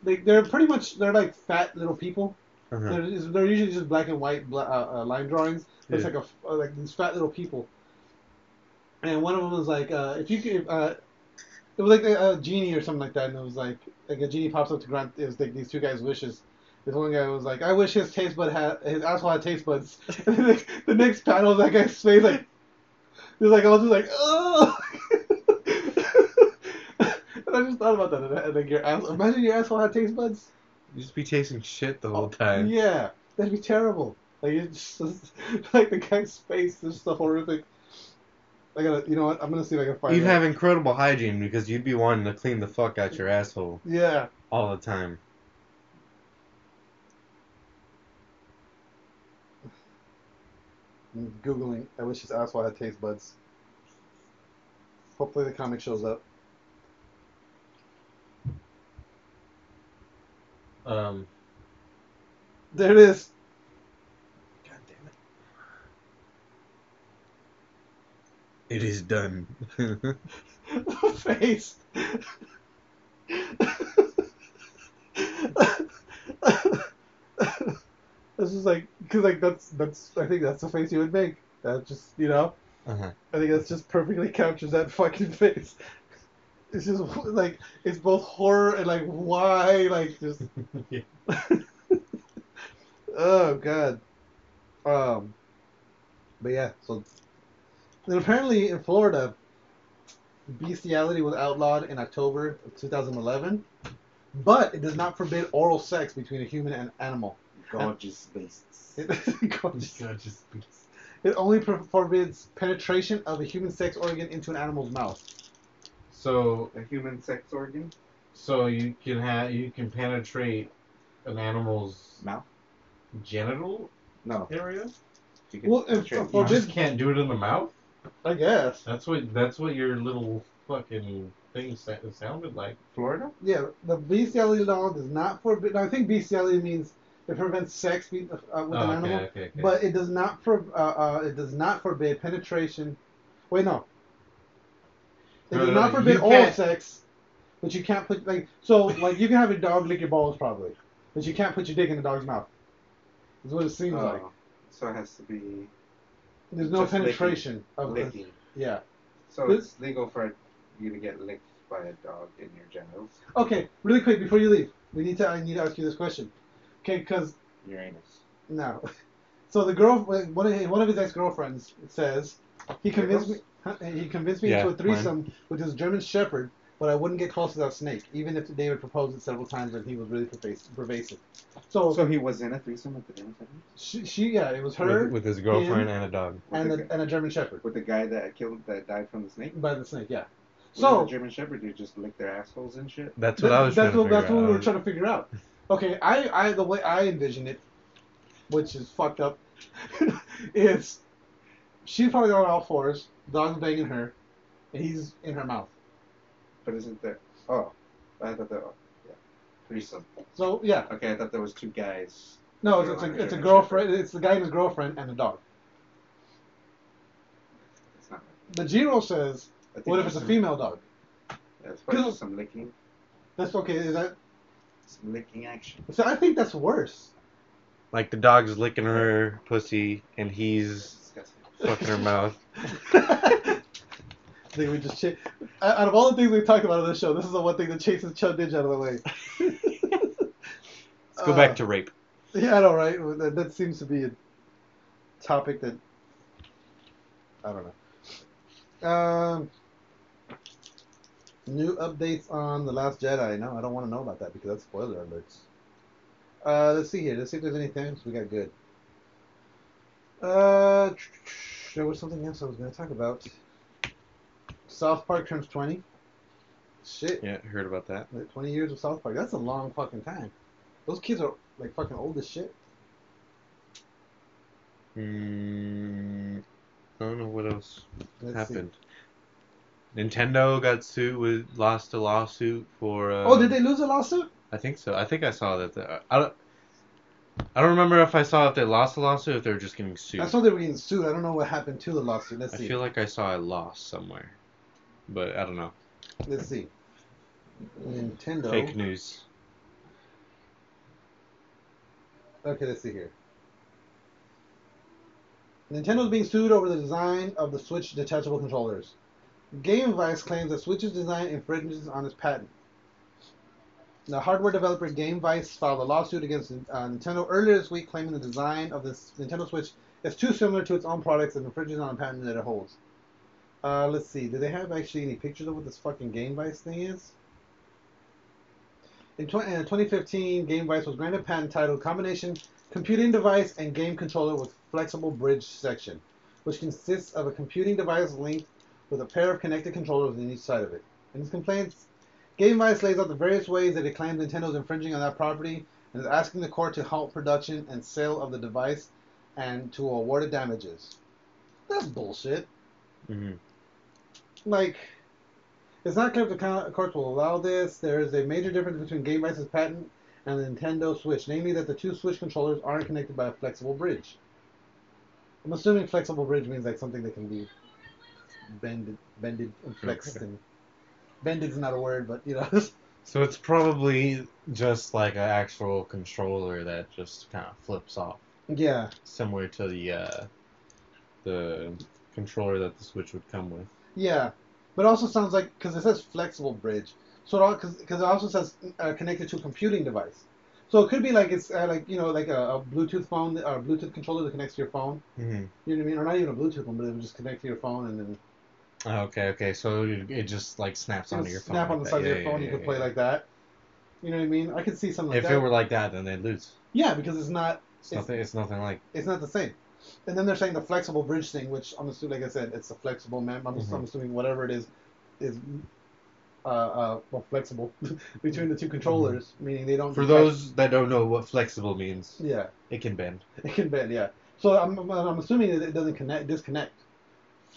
Speaker 2: they they're pretty much they're like fat little people. They're, just- they're usually just black and white bla uh, uh, line drawings. It's
Speaker 3: Yeah.
Speaker 2: like a f- uh, like these fat little people. And one of them was like, uh, if you could, if, uh, it was like a, a genie or something like that. And it was like, like a genie pops up to grant it was like these two guys' wishes. This one guy was like, I wish his taste bud had his asshole had taste buds. And the next, the next panel, that guy's face like, he's like, I was just like, oh. and I just thought about that. And, I- and like your ass, imagine your asshole had taste buds.
Speaker 3: You just be tasting shit the whole time.
Speaker 2: Yeah, that'd be terrible. Like it's just, like the guy's face is just a horrific. I gotta, you know what? I'm gonna see if I can find.
Speaker 3: You'd
Speaker 2: it.
Speaker 3: have incredible hygiene because you'd be wanting to clean the fuck out your asshole
Speaker 2: Yeah,
Speaker 3: all the time.
Speaker 2: I'm googling. I wish his asshole had taste buds. Hopefully the comic shows up.
Speaker 3: Um,
Speaker 2: There it is. God damn it.
Speaker 3: it is done.
Speaker 2: the face. this is like, cause like that's that's I think that's the face you would make. That just you know
Speaker 3: uh-huh.
Speaker 2: I think that's just perfectly captures that fucking face. It's just like it's both horror and like why like just
Speaker 3: Yeah.
Speaker 2: oh god um but yeah so then apparently in florida bestiality was outlawed in october of 2011 but it does not forbid oral sex between a human and animal
Speaker 4: Gorgeous beasts.
Speaker 2: it, it only pro- forbids penetration of a human sex organ into an animal's mouth
Speaker 3: So,
Speaker 4: A human sex organ?
Speaker 3: so you can have you can penetrate an animal's
Speaker 4: Mouth?
Speaker 3: genital
Speaker 4: No.
Speaker 3: area.
Speaker 4: You
Speaker 2: Well, if-
Speaker 4: penetrate-
Speaker 2: if-
Speaker 3: You
Speaker 2: Well,
Speaker 3: just
Speaker 2: this-
Speaker 3: can't do it in the mouth.
Speaker 2: i guess
Speaker 3: That's what that's what your little fucking thing sa- sounded like.
Speaker 4: Florida?
Speaker 2: Yeah, the bestiality E law does not forbid. I think bestiality E means it prevents sex be, uh, with an
Speaker 3: Oh, okay,
Speaker 2: animal,
Speaker 3: okay, okay.
Speaker 2: but it does not for, uh, uh, it does not forbid penetration. Wait, no. It
Speaker 3: No,
Speaker 2: does
Speaker 3: no,
Speaker 2: not
Speaker 3: no,
Speaker 2: forbid
Speaker 3: you
Speaker 2: oral
Speaker 3: can't-
Speaker 2: sex, but you can't put like so like you can have your dog lick your balls probably, but you can't put your dick in the dog's mouth. Is what it seems like.
Speaker 4: Oh, so it has to be
Speaker 2: There's no
Speaker 4: just licking.
Speaker 2: penetration of the-
Speaker 4: licking.
Speaker 2: Yeah.
Speaker 4: So
Speaker 2: This-
Speaker 4: it's legal for you to get licked by a dog in your genitals,
Speaker 2: Okay, really quick before you leave, we need to I need to ask you this question. Okay, because
Speaker 4: your anus.
Speaker 2: No. So the girl, one of one of his ex girlfriends says he convinced me. huh, He convinced me
Speaker 3: Yeah,
Speaker 2: into a threesome with his German Shepherd, but I wouldn't get close to that snake, even if David proposed it several times and he was really pervasive. pervasive. So,
Speaker 4: So he was in a threesome with the German Shepherd?
Speaker 2: she, she, yeah, it was her
Speaker 3: with, with his
Speaker 2: him,
Speaker 3: girlfriend and a dog.
Speaker 2: and
Speaker 4: with,
Speaker 2: a,
Speaker 4: the,
Speaker 2: and a German Shepherd
Speaker 4: with the guy that killed that died from the snake.
Speaker 2: by the snake, yeah.
Speaker 4: So
Speaker 2: So
Speaker 4: the German Shepherd dude just lick their assholes and shit.
Speaker 3: That's
Speaker 2: That-
Speaker 3: what I was
Speaker 2: that's
Speaker 3: trying
Speaker 2: what
Speaker 3: to
Speaker 2: that's
Speaker 3: figure
Speaker 2: what we
Speaker 3: out. Um,
Speaker 2: were trying to figure out. Okay, I, I the way I envision it, which is fucked up, is she's probably on all fours, dog's banging her, and he's in her mouth.
Speaker 4: But isn't there? Oh, I thought that. Yeah, threesome.
Speaker 2: So yeah,
Speaker 4: Okay, I thought there was two guys.
Speaker 2: no, it's, it's a it's a girlfriend, it's the guy and his girlfriend and the dog.
Speaker 4: It's not. right.
Speaker 2: The Jiro says,
Speaker 4: I think
Speaker 2: what if
Speaker 4: there's
Speaker 2: it's a
Speaker 4: some-
Speaker 2: female dog?
Speaker 4: Yeah, it's probably
Speaker 2: Cause-
Speaker 4: just some licking,
Speaker 2: That's okay. Is that?
Speaker 4: some licking action.
Speaker 2: So I think that's worse.
Speaker 3: Like the dog's licking her pussy and he's
Speaker 4: It's disgusting.
Speaker 3: fucking her mouth.
Speaker 2: I think we just cha- out out of all the things we've talked about on this show, this is the one thing that chases Chud Didge out of the way.
Speaker 3: Let's
Speaker 2: Uh,
Speaker 3: go back to rape.
Speaker 2: Yeah, I know, right? Well, That, that seems to be a topic that I don't know. Um, new updates on the Last Jedi. No, I don't want to know about that because that's spoiler alerts. Uh, let's see here. Let's see if there's anything else we got good. Uh, there was something else I was going to talk about. South Park turns 20. Shit.
Speaker 3: Yeah, heard about that.
Speaker 2: Like, 20 years of South Park. That's a long fucking time. Those kids are like fucking old as shit.
Speaker 3: Mm, I don't know what else
Speaker 2: Let's see.
Speaker 3: happened. Nintendo got sued with lost a lawsuit for. Uh,
Speaker 2: oh, did they lose a lawsuit?
Speaker 3: I think so. I think I saw that. The, I don't. I don't remember if I saw if they lost the lawsuit or if they were just getting sued.
Speaker 2: I saw they were getting sued. I don't know what happened to the lawsuit. Let's
Speaker 3: I
Speaker 2: see.
Speaker 3: feel like I saw a loss somewhere, but I don't know.
Speaker 2: Let's see. Nintendo.
Speaker 3: Fake news.
Speaker 2: Okay, let's see here. Nintendo's being sued over the design of the Switch detachable controllers. Game Vice claims that Switch's design infringes on its patent. The hardware developer Game Vice filed a lawsuit against uh, Nintendo earlier this week, claiming the design of the S- Nintendo Switch is too similar to its own products and infringes on a patent that it holds. Uh, let's see. Do they have actually any pictures of what this fucking Game Vice thing is? In, tw- in 2015, Game Vice was granted a patent titled Combination Computing Device and Game Controller with Flexible Bridge Section, which consists of a computing device linked with a pair of connected controllers on each side of it. In its complaints, Game Vice lays out the various ways that it claims Nintendo is infringing on that property and is asking the court to halt production and sale of the device and to award it damages. That's bullshit.
Speaker 4: Mm-hmm.
Speaker 2: like it's not clear if the co- courts will allow this. There is a major difference between Game Rights' patent and the Nintendo Switch, namely that the two Switch controllers aren't connected by a flexible bridge. I'm assuming flexible bridge means like something that can be bended, bended and flexed, and bended's not a word, but you know,
Speaker 3: So it's probably just like an actual controller that just kind of flips off,
Speaker 2: yeah,
Speaker 3: similar to the uh, the controller that the Switch would come with.
Speaker 2: yeah. But it also sounds like because it says flexible bridge, so it because it also says uh, connected to a computing device. So it could be like it's uh, like you know like a, a Bluetooth phone or a Bluetooth controller that connects to your phone.
Speaker 3: Mm-hmm.
Speaker 2: You know what I mean? Or not even a Bluetooth one, but it would just connect to your phone and then
Speaker 3: Oh, Okay, okay. So it, it just like snaps onto your phone.
Speaker 2: snap
Speaker 3: like
Speaker 2: on the
Speaker 3: that.
Speaker 2: side of
Speaker 3: Yeah,
Speaker 2: your
Speaker 3: yeah,
Speaker 2: phone.
Speaker 3: yeah,
Speaker 2: you could
Speaker 3: yeah,
Speaker 2: play
Speaker 3: yeah.
Speaker 2: like that. You know what I mean? I could see something
Speaker 3: If
Speaker 2: like that.
Speaker 3: it were like that, then they'd lose.
Speaker 2: yeah, because it's not
Speaker 3: It's,
Speaker 2: It's-
Speaker 3: nothing. It's nothing like.
Speaker 2: it's not the same. And then they're saying the flexible bridge thing, which I'm assuming, like I said, it's a flexible mem. I'm,
Speaker 3: Mhm.
Speaker 2: I'm assuming whatever it is, is uh, uh, well, flexible between the two controllers, meaning they don't.
Speaker 3: Mm-hmm. For
Speaker 2: detach-
Speaker 3: those that don't know what flexible means,
Speaker 2: yeah,
Speaker 3: it can bend.
Speaker 2: it can bend. Yeah. So I'm, I'm- I'm assuming that it doesn't connect, disconnect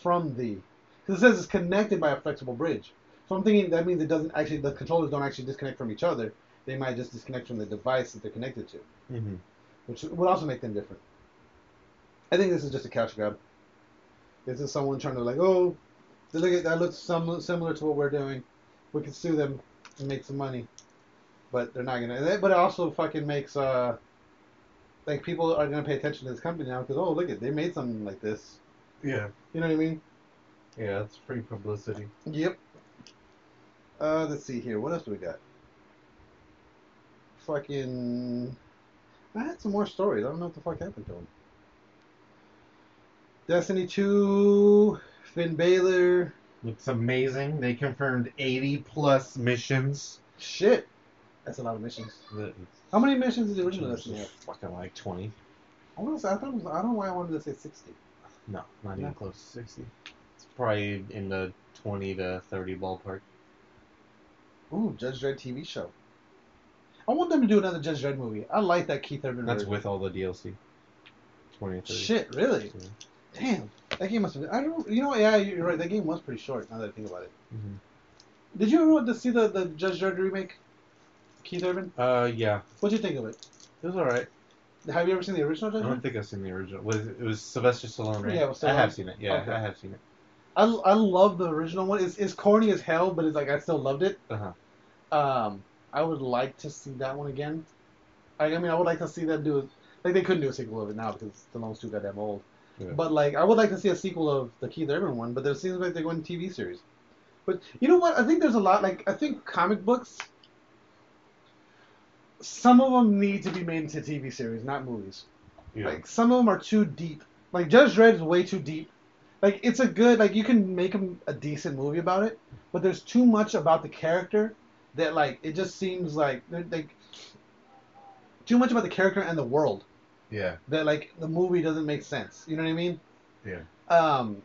Speaker 2: from the, because it says it's connected by a flexible bridge. So I'm thinking that means it doesn't actually, the controllers don't actually disconnect from each other. They might just disconnect from the device that they're connected to,
Speaker 3: Mm-hmm.
Speaker 2: which would also make them different. I think this is just a couch grab. This is someone trying to like, oh, they look at- that looks some, similar to what we're doing. We can sue them and make some money, but they're not gonna. But it also fucking makes uh, like people are gonna pay attention to this company now because oh look at they made something like this.
Speaker 3: Yeah.
Speaker 2: You know what I mean?
Speaker 3: Yeah, that's free publicity.
Speaker 2: Yep. Uh, let's see here. What else do we got? Fucking. I had some more stories. I don't know what the fuck happened to them. Destiny 2, Finn Balor.
Speaker 3: Looks amazing. They confirmed 80 plus missions.
Speaker 2: Shit. That's a lot of missions.
Speaker 3: The-
Speaker 2: How many missions did the original Destiny have?
Speaker 3: Fucking like 20.
Speaker 2: I, wanna say, I, thought it was, I don't know why I wanted to say 60.
Speaker 3: No, not
Speaker 2: No.
Speaker 3: even close to 60. It's probably in the 20 to 30 ballpark.
Speaker 2: Ooh, Judge Dredd TV show. I want them to do another Judge Dredd movie. I like that Keith Urban.
Speaker 3: That's
Speaker 2: version.
Speaker 3: with all the DLC. 20 to 30.
Speaker 2: Shit, really? Damn, that game must have. Been, I don't. You know what? Yeah, you're right. That game was pretty short. Now that I think about it.
Speaker 3: Mhm.
Speaker 2: Did you ever want to see the the Judge Dredd remake? Keith Urban.
Speaker 3: Uh, yeah.
Speaker 2: What'd you think of it?
Speaker 3: It was alright.
Speaker 2: Have you ever seen the original
Speaker 3: I
Speaker 2: Judge
Speaker 3: don't
Speaker 2: Dredd?
Speaker 3: think I've seen the original. Was it, it was Sylvester Stallone, right?
Speaker 2: Yeah, it was
Speaker 3: I have
Speaker 2: Stallone.
Speaker 3: seen Mm-hmm. it. Yeah,
Speaker 2: Okay.
Speaker 3: I have seen it.
Speaker 2: I, I love the original one. It's, it's corny as hell, but it's like I still loved it.
Speaker 3: Uh-huh.
Speaker 2: Um, I would like to see that one again. I, I mean, I would like to see them do like they couldn't do a sequel of it now because Stallone's too goddamn old.
Speaker 3: Yeah.
Speaker 2: But like, I would like to see a sequel of the Keith Urban one. But there seems like they're going TV series. But you know what? I think there's a lot. Like, I think comic books. Some of them need to be made into TV series, not movies.
Speaker 3: Yeah.
Speaker 2: Like some of them are too deep. Like Judge Dredd is way too deep. Like it's a good like you can make him a decent movie about it, but there's too much about the character that like it just seems like they're- like too much about the character and the world
Speaker 3: yeah.
Speaker 2: that like the movie doesn't make sense. You know what I mean?
Speaker 3: Yeah.
Speaker 2: Um.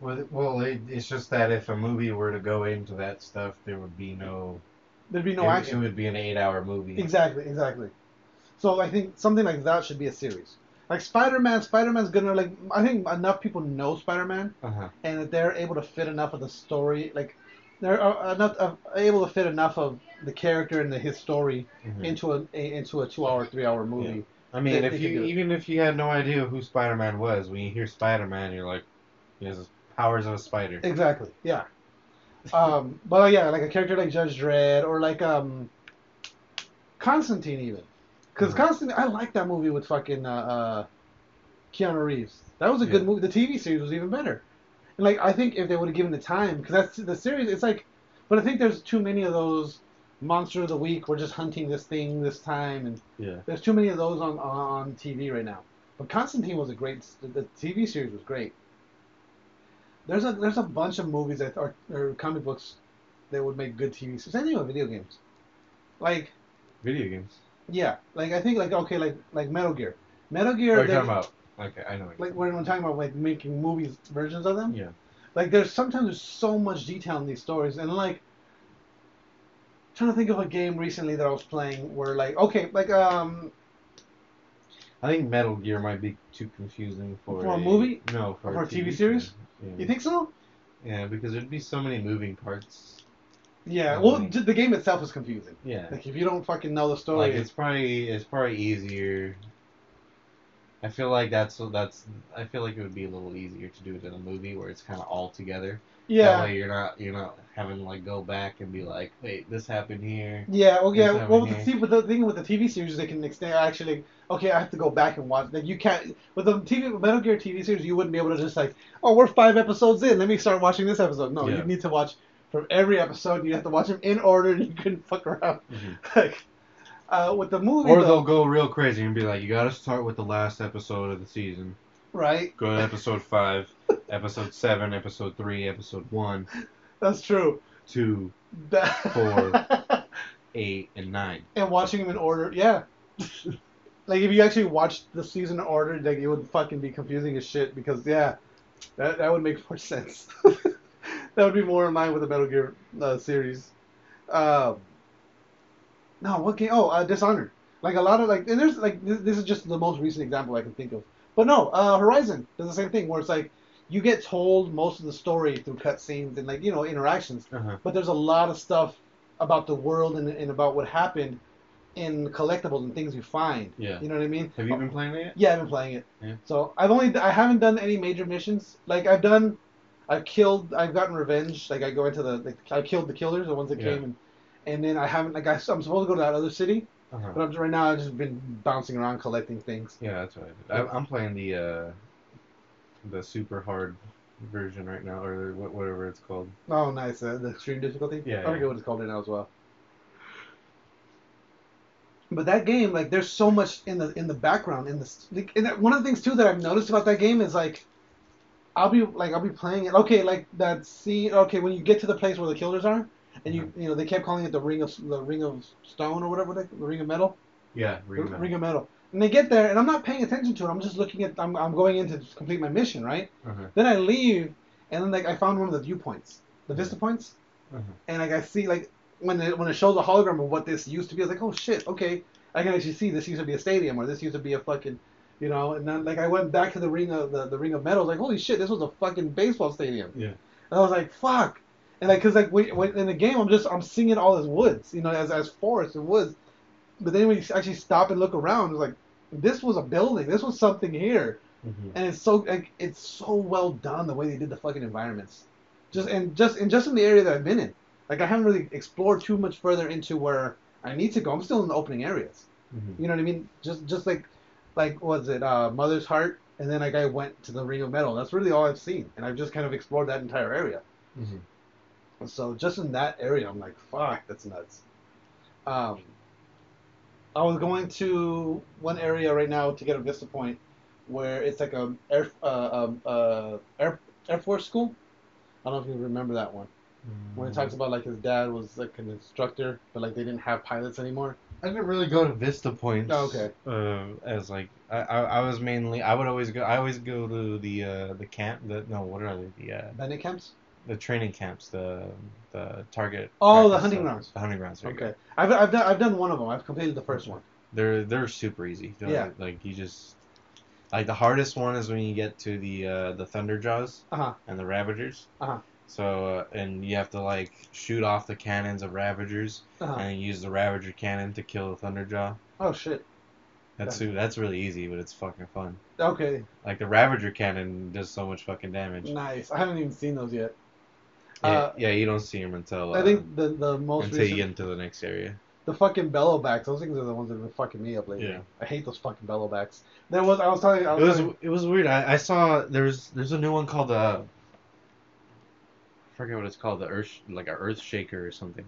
Speaker 3: Well, well it, it's just that if a movie were to go into that stuff, there would be no.
Speaker 2: There'd be no
Speaker 3: it,
Speaker 2: action.
Speaker 3: It would be an eight-hour movie.
Speaker 2: Exactly, exactly. So I think something like that should be a series. Like Spider-Man, Spider-Man's gonna like I think enough people know Spider-Man
Speaker 3: Uh-huh.
Speaker 2: and that they're able to fit enough of the story, like they're uh, enough of, able to fit enough of the character and the his story
Speaker 3: Mhm.
Speaker 2: into a, a into a two hour, three hour movie.
Speaker 3: I mean,
Speaker 2: They-
Speaker 3: if
Speaker 2: they can
Speaker 3: you
Speaker 2: do it.
Speaker 3: even if you had no idea who Spider Man was, when you hear Spider Man, you're like, he has powers of a spider.
Speaker 2: Exactly, yeah. um, but uh, yeah, like a character like Judge Dredd or like um, Constantine even, because
Speaker 3: Mhm.
Speaker 2: Constantine, I like that movie with fucking uh, uh, Keanu Reeves. That was a good
Speaker 3: Yeah.
Speaker 2: movie. The TV series was even better. And like I think if they would have given the time, because that's the series. It's like, but I think there's too many of those monster of the week. We're just hunting this thing this time, and
Speaker 3: Yeah.
Speaker 2: there's too many of those on on TV right now. But Constantine was a great. The TV series was great. There's a there's a bunch of movies that are or comic books that would make good TV series. Same thing with video games. Like
Speaker 3: Video games.
Speaker 2: yeah, like I think like okay like like Metal Gear. Metal
Speaker 3: What
Speaker 2: Gear.
Speaker 3: are you
Speaker 2: they-
Speaker 3: talking about? Okay, I know. what you're
Speaker 2: Like when I'm talking about like making movies versions of them.
Speaker 3: talking about.
Speaker 2: Like there's sometimes there's so much detail in these stories, and like trying to think of a game recently that I was playing where like okay like um
Speaker 3: I think Metal Gear might be too confusing for,
Speaker 2: For a movie?
Speaker 3: No, for,
Speaker 2: For
Speaker 3: a
Speaker 2: a TV series?
Speaker 3: Yeah.
Speaker 2: You think so?
Speaker 3: yeah, because there'd be so many moving parts.
Speaker 2: Yeah.
Speaker 3: Mhm.
Speaker 2: Well, j- the game itself is confusing.
Speaker 3: Yeah,
Speaker 2: Like if you don't fucking know the story,
Speaker 3: like it's probably it's probably easier. I feel like that's that's I feel like it would be a little easier to do it in a movie where it's kind of all together. That
Speaker 2: yeah,
Speaker 3: way you're not you're not having to like go back and be like, wait, this happened here.
Speaker 2: yeah. Well, yeah.
Speaker 3: It's
Speaker 2: Well,
Speaker 3: over here.
Speaker 2: see, with the thing with the TV series, they can extend. Actually, okay, I have to go back and watch. Like you can't with the TV with Metal Gear TV series, you wouldn't be able to just like, oh, we're five episodes in. Let me start watching this episode. No,
Speaker 3: Yeah.
Speaker 2: you need to watch from every episode. You have to watch them in order, and you couldn't fuck around. like, uh, with the movie,
Speaker 3: Or
Speaker 2: though,
Speaker 3: they'll go real crazy and be like, you gotta start with the last episode of the season.
Speaker 2: right?
Speaker 3: Go to episode five, episode seven, episode three, episode one,
Speaker 2: That's true.
Speaker 3: two,
Speaker 2: That-
Speaker 3: Four. eight, and nine.
Speaker 2: and watching them in order, yeah. like if you actually watched the season in order, like it would fucking be confusing as shit because yeah, that that would make more sense. that would be more in line with the Metal Gear uh, series. Um, no, what game? Oh, uh, Dishonored. Like a lot of like, and there's like this, this is just the most recent example I can think of. But no, uh, Horizon does the same thing where it's like you get told most of the story through cutscenes and like you know interactions
Speaker 3: Uh-huh.
Speaker 2: but there's a lot of stuff about the world and, and about what happened in collectibles and things you find.
Speaker 3: Yeah.
Speaker 2: You know what I mean?
Speaker 3: Have you been playing it? yet?
Speaker 2: Yeah, I've been playing it.
Speaker 3: Yeah.
Speaker 2: So I've only I haven't done any major missions. Like I've done, I've killed, I've gotten revenge. Like I go into the, like, I killed the killers, the ones that
Speaker 3: Yeah.
Speaker 2: came, and and then I haven't like I, am supposed to go to that other city,
Speaker 3: Uh-huh.
Speaker 2: but I'm, right now I've just been bouncing around collecting things.
Speaker 3: Yeah, that's what I did. I, I'm playing the uh, the super hard version right now, or wha- whatever it's called.
Speaker 2: Oh, nice. Uh, the extreme difficulty?
Speaker 3: Yeah,
Speaker 2: I
Speaker 3: yeah.
Speaker 2: forget what it's called right now as well. But that game, like, there's so much in the in the background. In the like, and that, one of the things too that I've noticed about that game is like, I'll be like, I'll be playing it. Okay, like that scene. Okay, when you get to the place where the killers are, and you
Speaker 3: Mm-hmm.
Speaker 2: you know they kept calling it the ring of the ring of stone or whatever they, the ring of metal,
Speaker 3: Yeah,
Speaker 2: the
Speaker 3: Ring of
Speaker 2: ring of metal. And they get there, and I'm not paying attention to it. I'm just looking at. I'm I'm going in to complete my mission, right?
Speaker 3: Uh-huh.
Speaker 2: Then I leave, and then like I found one of the viewpoints, the vista points,
Speaker 3: Uh-huh.
Speaker 2: and like I see like when it when it shows a hologram of what this used to be, I was like, oh shit, okay, I can actually see this used to be a stadium or this used to be a fucking, you know, and then like I went back to the ring of the, the ring of metal, I was like holy shit, this was a fucking baseball stadium.
Speaker 3: Yeah.
Speaker 2: And I was like, fuck. And like, cause like when, when, in the game, I'm just I'm seeing all as woods, you know, as as forests and woods. But then when you actually stop and look around, it's like this was a building, this was something here
Speaker 3: Mhm.
Speaker 2: and it's so like, it's so well done the way they did the fucking environments, just and just and just in the area that I've been in. Like I haven't really explored too much further into where I need to go. I'm still in the opening areas.
Speaker 3: Mhm.
Speaker 2: You know what I mean? Just just like like what was it uh, Mother's Heart, and then like I went to the Ring of Metal. That's really all I've seen, and I've just kind of explored that entire area.
Speaker 3: Mhm.
Speaker 2: And So just in that area, I'm like, fuck, that's nuts. Um, I was going to one area right now to get a vista point, where it's like a air uh, um, uh, air air force school. I don't know if you remember that one.
Speaker 3: Mm-hmm.
Speaker 2: When it talks about like his dad was like an instructor, but like they didn't have pilots anymore.
Speaker 3: I didn't really go to Vista Points.
Speaker 2: Oh, okay.
Speaker 3: Uh, as like I, I, I was mainly I would always go I always go to the uh, the camp the no what are they the uh,
Speaker 2: Bandit camps.
Speaker 3: the training camps the the target
Speaker 2: Oh, the
Speaker 3: practice
Speaker 2: hunting
Speaker 3: stuff.
Speaker 2: grounds.
Speaker 3: the hunting grounds there you go.
Speaker 2: Okay, I've I've done I've done one of them. I've completed the first one.
Speaker 3: They're they're super easy. They're,
Speaker 2: Yeah.
Speaker 3: Like you just like the hardest one is when you get to the uh, the Thunder Jaws
Speaker 2: Uh-huh.
Speaker 3: and the Ravagers.
Speaker 2: Uh-huh.
Speaker 3: So uh, and you have to like shoot off the cannons of Ravagers
Speaker 2: Uh-huh.
Speaker 3: and use the Ravager cannon to kill the Thunderjaw.
Speaker 2: Oh shit.
Speaker 3: That's su- that's really easy, but it's fucking fun.
Speaker 2: Okay,
Speaker 3: Like the Ravager cannon does so much fucking damage.
Speaker 2: nice. I haven't even seen those yet.
Speaker 3: Yeah,
Speaker 2: Uh,
Speaker 3: yeah, you don't see him until uh,
Speaker 2: I think the the most
Speaker 3: until
Speaker 2: recent
Speaker 3: you get into the next area.
Speaker 2: The fucking bellow backs, those things are the ones that have been fucking me up lately.
Speaker 3: Yeah.
Speaker 2: I hate those fucking bellow backs. There was I was telling you I
Speaker 3: It
Speaker 2: was,
Speaker 3: was
Speaker 2: telling-
Speaker 3: it was weird. I, I saw there's there's a new one called uh, I forget what it's called the earth like a earth shaker or something,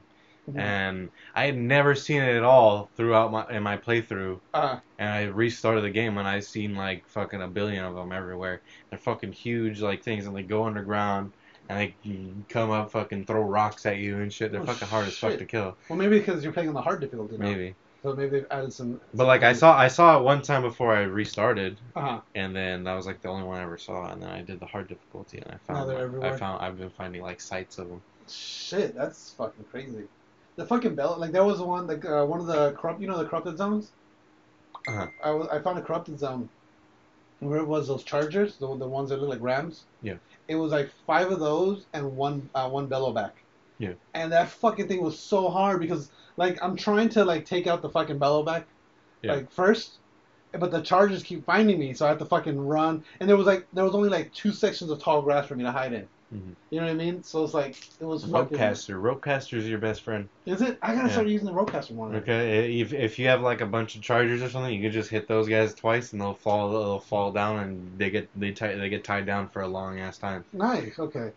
Speaker 2: Mhm.
Speaker 3: and I had never seen it at all throughout my in my playthrough.
Speaker 2: uh,
Speaker 3: And I restarted the game and I seen like fucking a billion of them everywhere. They're fucking huge like things and they go underground and they come up fucking throw rocks at you and shit. They're
Speaker 2: Oh,
Speaker 3: fucking hard as fuck
Speaker 2: shit.
Speaker 3: to kill.
Speaker 2: well maybe because you're playing on the hard difficulty now.
Speaker 3: Maybe,
Speaker 2: So maybe they've added some
Speaker 3: but like I saw I saw it one time before I restarted
Speaker 2: uh
Speaker 3: and then that was like the only one I ever saw. And then I did the hard difficulty, and I
Speaker 2: Now
Speaker 3: found
Speaker 2: they're
Speaker 3: like-
Speaker 2: everywhere.
Speaker 3: I found I've been finding like sites of them.
Speaker 2: shit, that's fucking crazy. The fucking bellow like there was one like uh, one of the corrupt you know the corrupted zones?
Speaker 4: Uh-huh.
Speaker 2: I, was, I found a corrupted zone. Where it was those chargers, the, the ones that look like rams.
Speaker 3: Yeah.
Speaker 2: It was like five of those and one uh, one bellow back.
Speaker 3: Yeah.
Speaker 2: And that fucking thing was so hard because like I'm trying to like take out the fucking bellow back,
Speaker 3: Yeah.
Speaker 2: like first, but the chargers keep finding me, so I have to fucking run. And there was like there was only like two sections of tall grass for me to hide in.
Speaker 3: Mhm.
Speaker 2: You know what I mean? So it's like it was fucking.
Speaker 3: Ropecaster. Ropecaster's your best friend.
Speaker 2: Is it? I gotta
Speaker 3: Yeah.
Speaker 2: start using the ropecaster more.
Speaker 3: Okay, if if you have like a bunch of chargers or something, you can just hit those guys twice and they'll fall they'll fall down and they get they tie, they get tied down for a long ass time.
Speaker 2: Nice. Okay.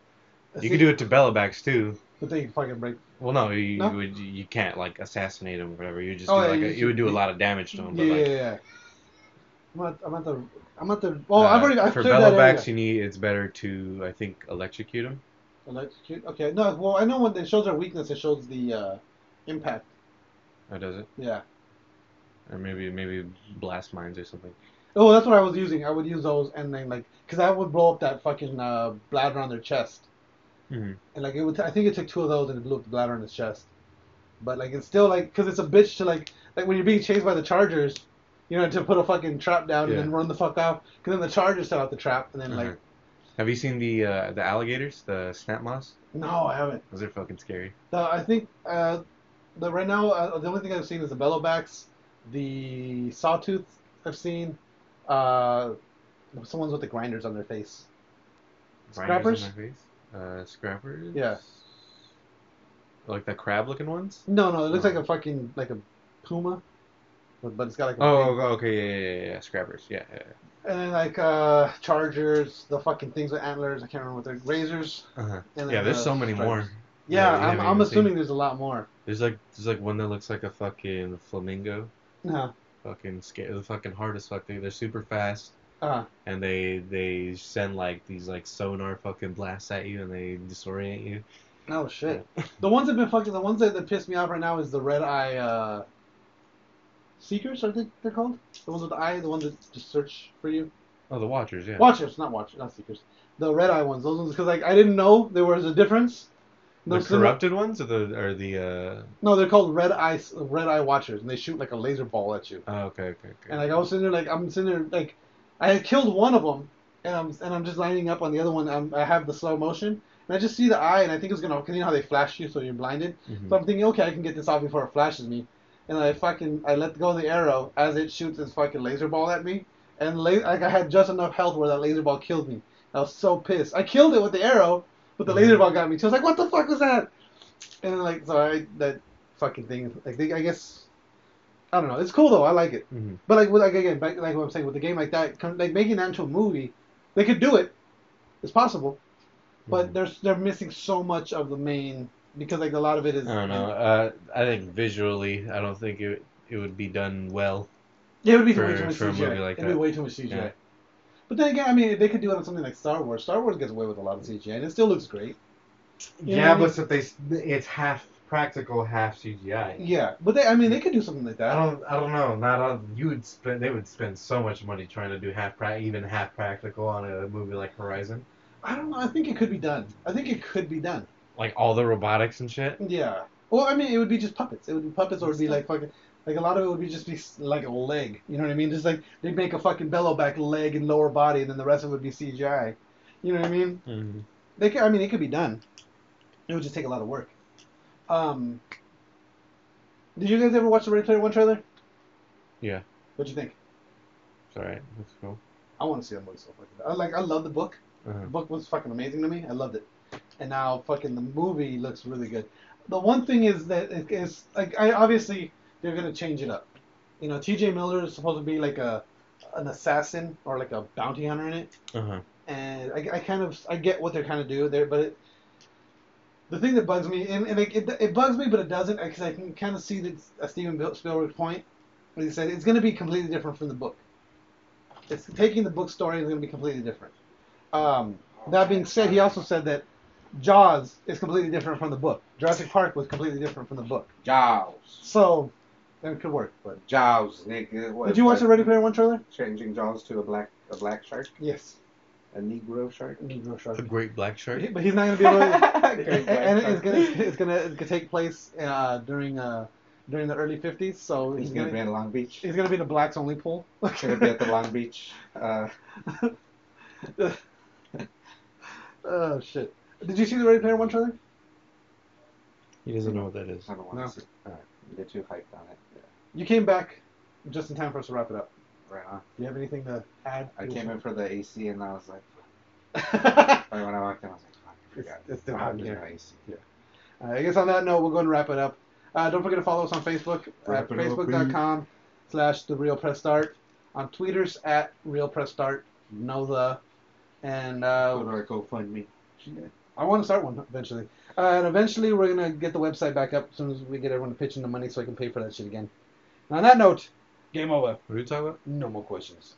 Speaker 3: You can do it to Bellabacks too.
Speaker 2: But they fucking break.
Speaker 3: Well, no, you,
Speaker 2: No?
Speaker 3: you would you can't like assassinate them or whatever. You just
Speaker 2: Oh,
Speaker 3: do
Speaker 2: yeah,
Speaker 3: like
Speaker 2: you
Speaker 3: a,
Speaker 2: just-
Speaker 3: you would do a lot of damage to them.
Speaker 2: Yeah,
Speaker 3: But like,
Speaker 2: yeah, yeah. I'm at, I'm at the. I'm at the. Oh, I've
Speaker 3: uh,
Speaker 2: already. I've
Speaker 3: for
Speaker 2: cleared that area.
Speaker 3: Bellabacks, you need it's better to I think electrocute them.
Speaker 2: Electrocute. Okay. No. Well, I know when it shows our weakness, it shows the uh, impact.
Speaker 3: Or does it?
Speaker 2: Yeah.
Speaker 3: Or maybe maybe blast mines or something.
Speaker 2: Oh, that's what I was using. I would use those, and then like, cause I would blow up that fucking uh, bladder on their chest,
Speaker 3: Mhm.
Speaker 2: and like it would. I think it took two of those, and it blew up the bladder on his chest. But like, it's still like, cause it's a bitch to like, like when you're being chased by the chargers, you know, to put a fucking trap down
Speaker 3: Yeah.
Speaker 2: and then run the fuck off, cause then the chargers set out the trap, and then like,
Speaker 3: Uh-huh. Have you seen the uh, the alligators, the snap moss?
Speaker 2: no, I haven't.
Speaker 3: Those are fucking scary.
Speaker 2: No, I think uh, the right now uh, the only thing I've seen is the bellowbacks, the sawtooth I've seen, uh, someone's with the grinders on their face.
Speaker 3: Grinders
Speaker 2: Scrappers?
Speaker 3: in my face. Uh, scrappers.
Speaker 2: Yeah.
Speaker 3: Like the crab-looking ones.
Speaker 2: No, no, it looks
Speaker 3: Oh.
Speaker 2: like a fucking like a puma, but, but it's got like a
Speaker 3: Oh, okay, yeah, yeah, yeah, yeah. scrappers. Yeah, yeah.
Speaker 2: and then like uh chargers, the fucking things with antlers. I can't remember what they're razors.
Speaker 3: Uh-huh.
Speaker 2: And
Speaker 3: Yeah,
Speaker 2: then
Speaker 3: there's
Speaker 2: the
Speaker 3: so many
Speaker 2: stripes.
Speaker 3: more.
Speaker 2: Yeah,
Speaker 3: Yeah, you
Speaker 2: I'm,
Speaker 3: haven't
Speaker 2: I'm
Speaker 3: even
Speaker 2: assuming
Speaker 3: seen-
Speaker 2: there's a lot more.
Speaker 3: There's like there's like one that looks like a fucking flamingo.
Speaker 2: No,
Speaker 3: Fucking sca- the fucking hardest fuck. They they're super fast
Speaker 2: uh,
Speaker 3: and they they send like these like sonar fucking blasts at you and they disorient you.
Speaker 2: no shit. the ones that been fucking the ones that, that piss me off right now is the red eye uh seekers. I think they're called the ones with the eye, the ones that just search for you.
Speaker 3: Oh, the watchers. Yeah.
Speaker 2: Watchers, not watchers, not seekers. The red eye ones, those ones, because like I didn't know there was a difference.
Speaker 3: The
Speaker 2: Those- they're-
Speaker 3: corrupted ones or the or the uh.
Speaker 2: No, they're called red eye red eye watchers, and they shoot like a laser ball at you.
Speaker 3: Oh, okay, okay, okay.
Speaker 2: And like I was sitting there, like I'm sitting there, like I had killed one of them, and I'm and I'm just lining up on the other one. I'm, I have the slow motion, and I just see the eye, and I think it's gonna, cause you know how they flash you, so you're blinded.
Speaker 3: Mhm.
Speaker 2: So I'm thinking, okay, I can get this off before it flashes me, and I fucking I let go of the arrow as it shoots its fucking laser ball at me, and la- like I had just enough health where that laser ball killed me. I was so pissed. I killed it with the arrow, but the laser ball got me. So I was like, what the fuck was that? And then like so I that fucking thing. Like they, I guess. I don't know. It's cool though. I like it.
Speaker 3: Mhm.
Speaker 2: But like, with- like again, back, like what I'm saying with a game like that, com- like making that into a movie, they could do it. It's possible, but
Speaker 3: Mhm.
Speaker 2: there's they're missing so much of the main because like a lot of it is.
Speaker 3: I don't know. Uh, I think visually, I don't think it it would be done well.
Speaker 2: Yeah, it would be
Speaker 3: For-
Speaker 2: way too much
Speaker 3: for a
Speaker 2: CGI.
Speaker 3: movie like
Speaker 2: It'd be
Speaker 3: that.
Speaker 2: way too much CGI.
Speaker 3: Yeah.
Speaker 2: But then again, I mean, they could do it on something like Star Wars. Star Wars gets away with a lot of CGI, and it still looks great. You know
Speaker 3: Yeah,
Speaker 2: what I mean?
Speaker 3: but so they s- it's half practical, half CGI.
Speaker 2: Yeah, but they, I mean, they could do something like
Speaker 3: I
Speaker 2: that.
Speaker 3: don't, I don't know. Not on, you would spend. They would spend so much money trying to do half, prac even half practical on a movie like Horizon.
Speaker 2: I don't know. I think it could be done. I think it could be done.
Speaker 3: Like all the robotics and shit.
Speaker 2: Yeah. Well, I mean, it would be just puppets. It would be puppets, or it would be like fucking, like a lot of it would be just be s- like a leg. You know what I mean? Just like they'd make a fucking bellow back leg and lower body, and then the rest of it would be CGI. You know what I mean?
Speaker 3: Mm-hmm.
Speaker 2: They could, I mean, it could be done. It would just take a lot of work. Um. Did you guys ever watch the Ready Player One trailer?
Speaker 3: Yeah.
Speaker 2: What'd you think?
Speaker 3: It's alright. That's cool.
Speaker 2: I want to see that movie so fucking. bad. I like. I love the book. The
Speaker 3: Uh-huh.
Speaker 2: book was fucking amazing to me. I loved it. And now fucking the movie looks really good. The one thing is that it is like I obviously they're gonna change it up. You know, T.J. Miller is supposed to be like a an assassin or like a bounty hunter in it,
Speaker 3: Uh-huh.
Speaker 2: and I, I kind of I get what they're kind of do there, but it, the thing that bugs me and, and like it, it bugs me, but it doesn't because I can kind of see that uh, Steven Bil- Spielberg's point when he said it's gonna be completely different from the book. It's taking the book story is gonna be completely different. Um, that being said, he also said that Jaws is completely different from the book. Jurassic Park was completely different from the book.
Speaker 4: Jaws.
Speaker 2: So, that could work. But
Speaker 4: Jaws, nigga. What,
Speaker 2: did you watch the
Speaker 4: like,
Speaker 2: Ready Player One trailer?
Speaker 4: Changing Jaws to a black a black shark,
Speaker 2: Yes.
Speaker 4: a Negro shark.
Speaker 2: Negro
Speaker 3: The
Speaker 2: Shark.
Speaker 3: Great Black Shark.
Speaker 2: But he's not gonna be able. To,
Speaker 4: Great black
Speaker 2: and it's
Speaker 4: shark.
Speaker 2: gonna it's gonna, it's gonna take place uh, during uh, during the early 50s, so
Speaker 4: He's gonna be in Long Beach.
Speaker 2: he's gonna be in a blacks only pool.
Speaker 4: He's gonna be at the Long Beach. Uh,
Speaker 2: oh shit! Did you see the Ready Player One trailer?
Speaker 3: He doesn't know what that is.
Speaker 4: I don't want
Speaker 2: No.
Speaker 4: to see. All right, you're too hyped on it. Yeah.
Speaker 2: You came back just in time for us to wrap it up.
Speaker 4: Right on.
Speaker 2: Do you have anything to add?
Speaker 4: I came in for the AC and I was like,
Speaker 2: it's,
Speaker 4: right when I walked in, I was like, fuck, I forgot.
Speaker 2: it's still hot in
Speaker 4: There's
Speaker 2: here.
Speaker 4: no AC.
Speaker 2: Uh, I guess on that note, we'll go and wrap it up. Uh, don't forget to follow us on Facebook at
Speaker 3: Wrap it up,
Speaker 2: facebook.com slash the real press start. On Twitter's at real press start. Know the. And
Speaker 4: Go
Speaker 2: uh,
Speaker 4: to our GoFundMe.
Speaker 2: I want to start one eventually. Uh, and eventually, we're going to get the website back up as soon as we get everyone to pitch in the money so I can pay for that shit again. And on that note, game over.
Speaker 3: What are you talking about?
Speaker 2: No more questions.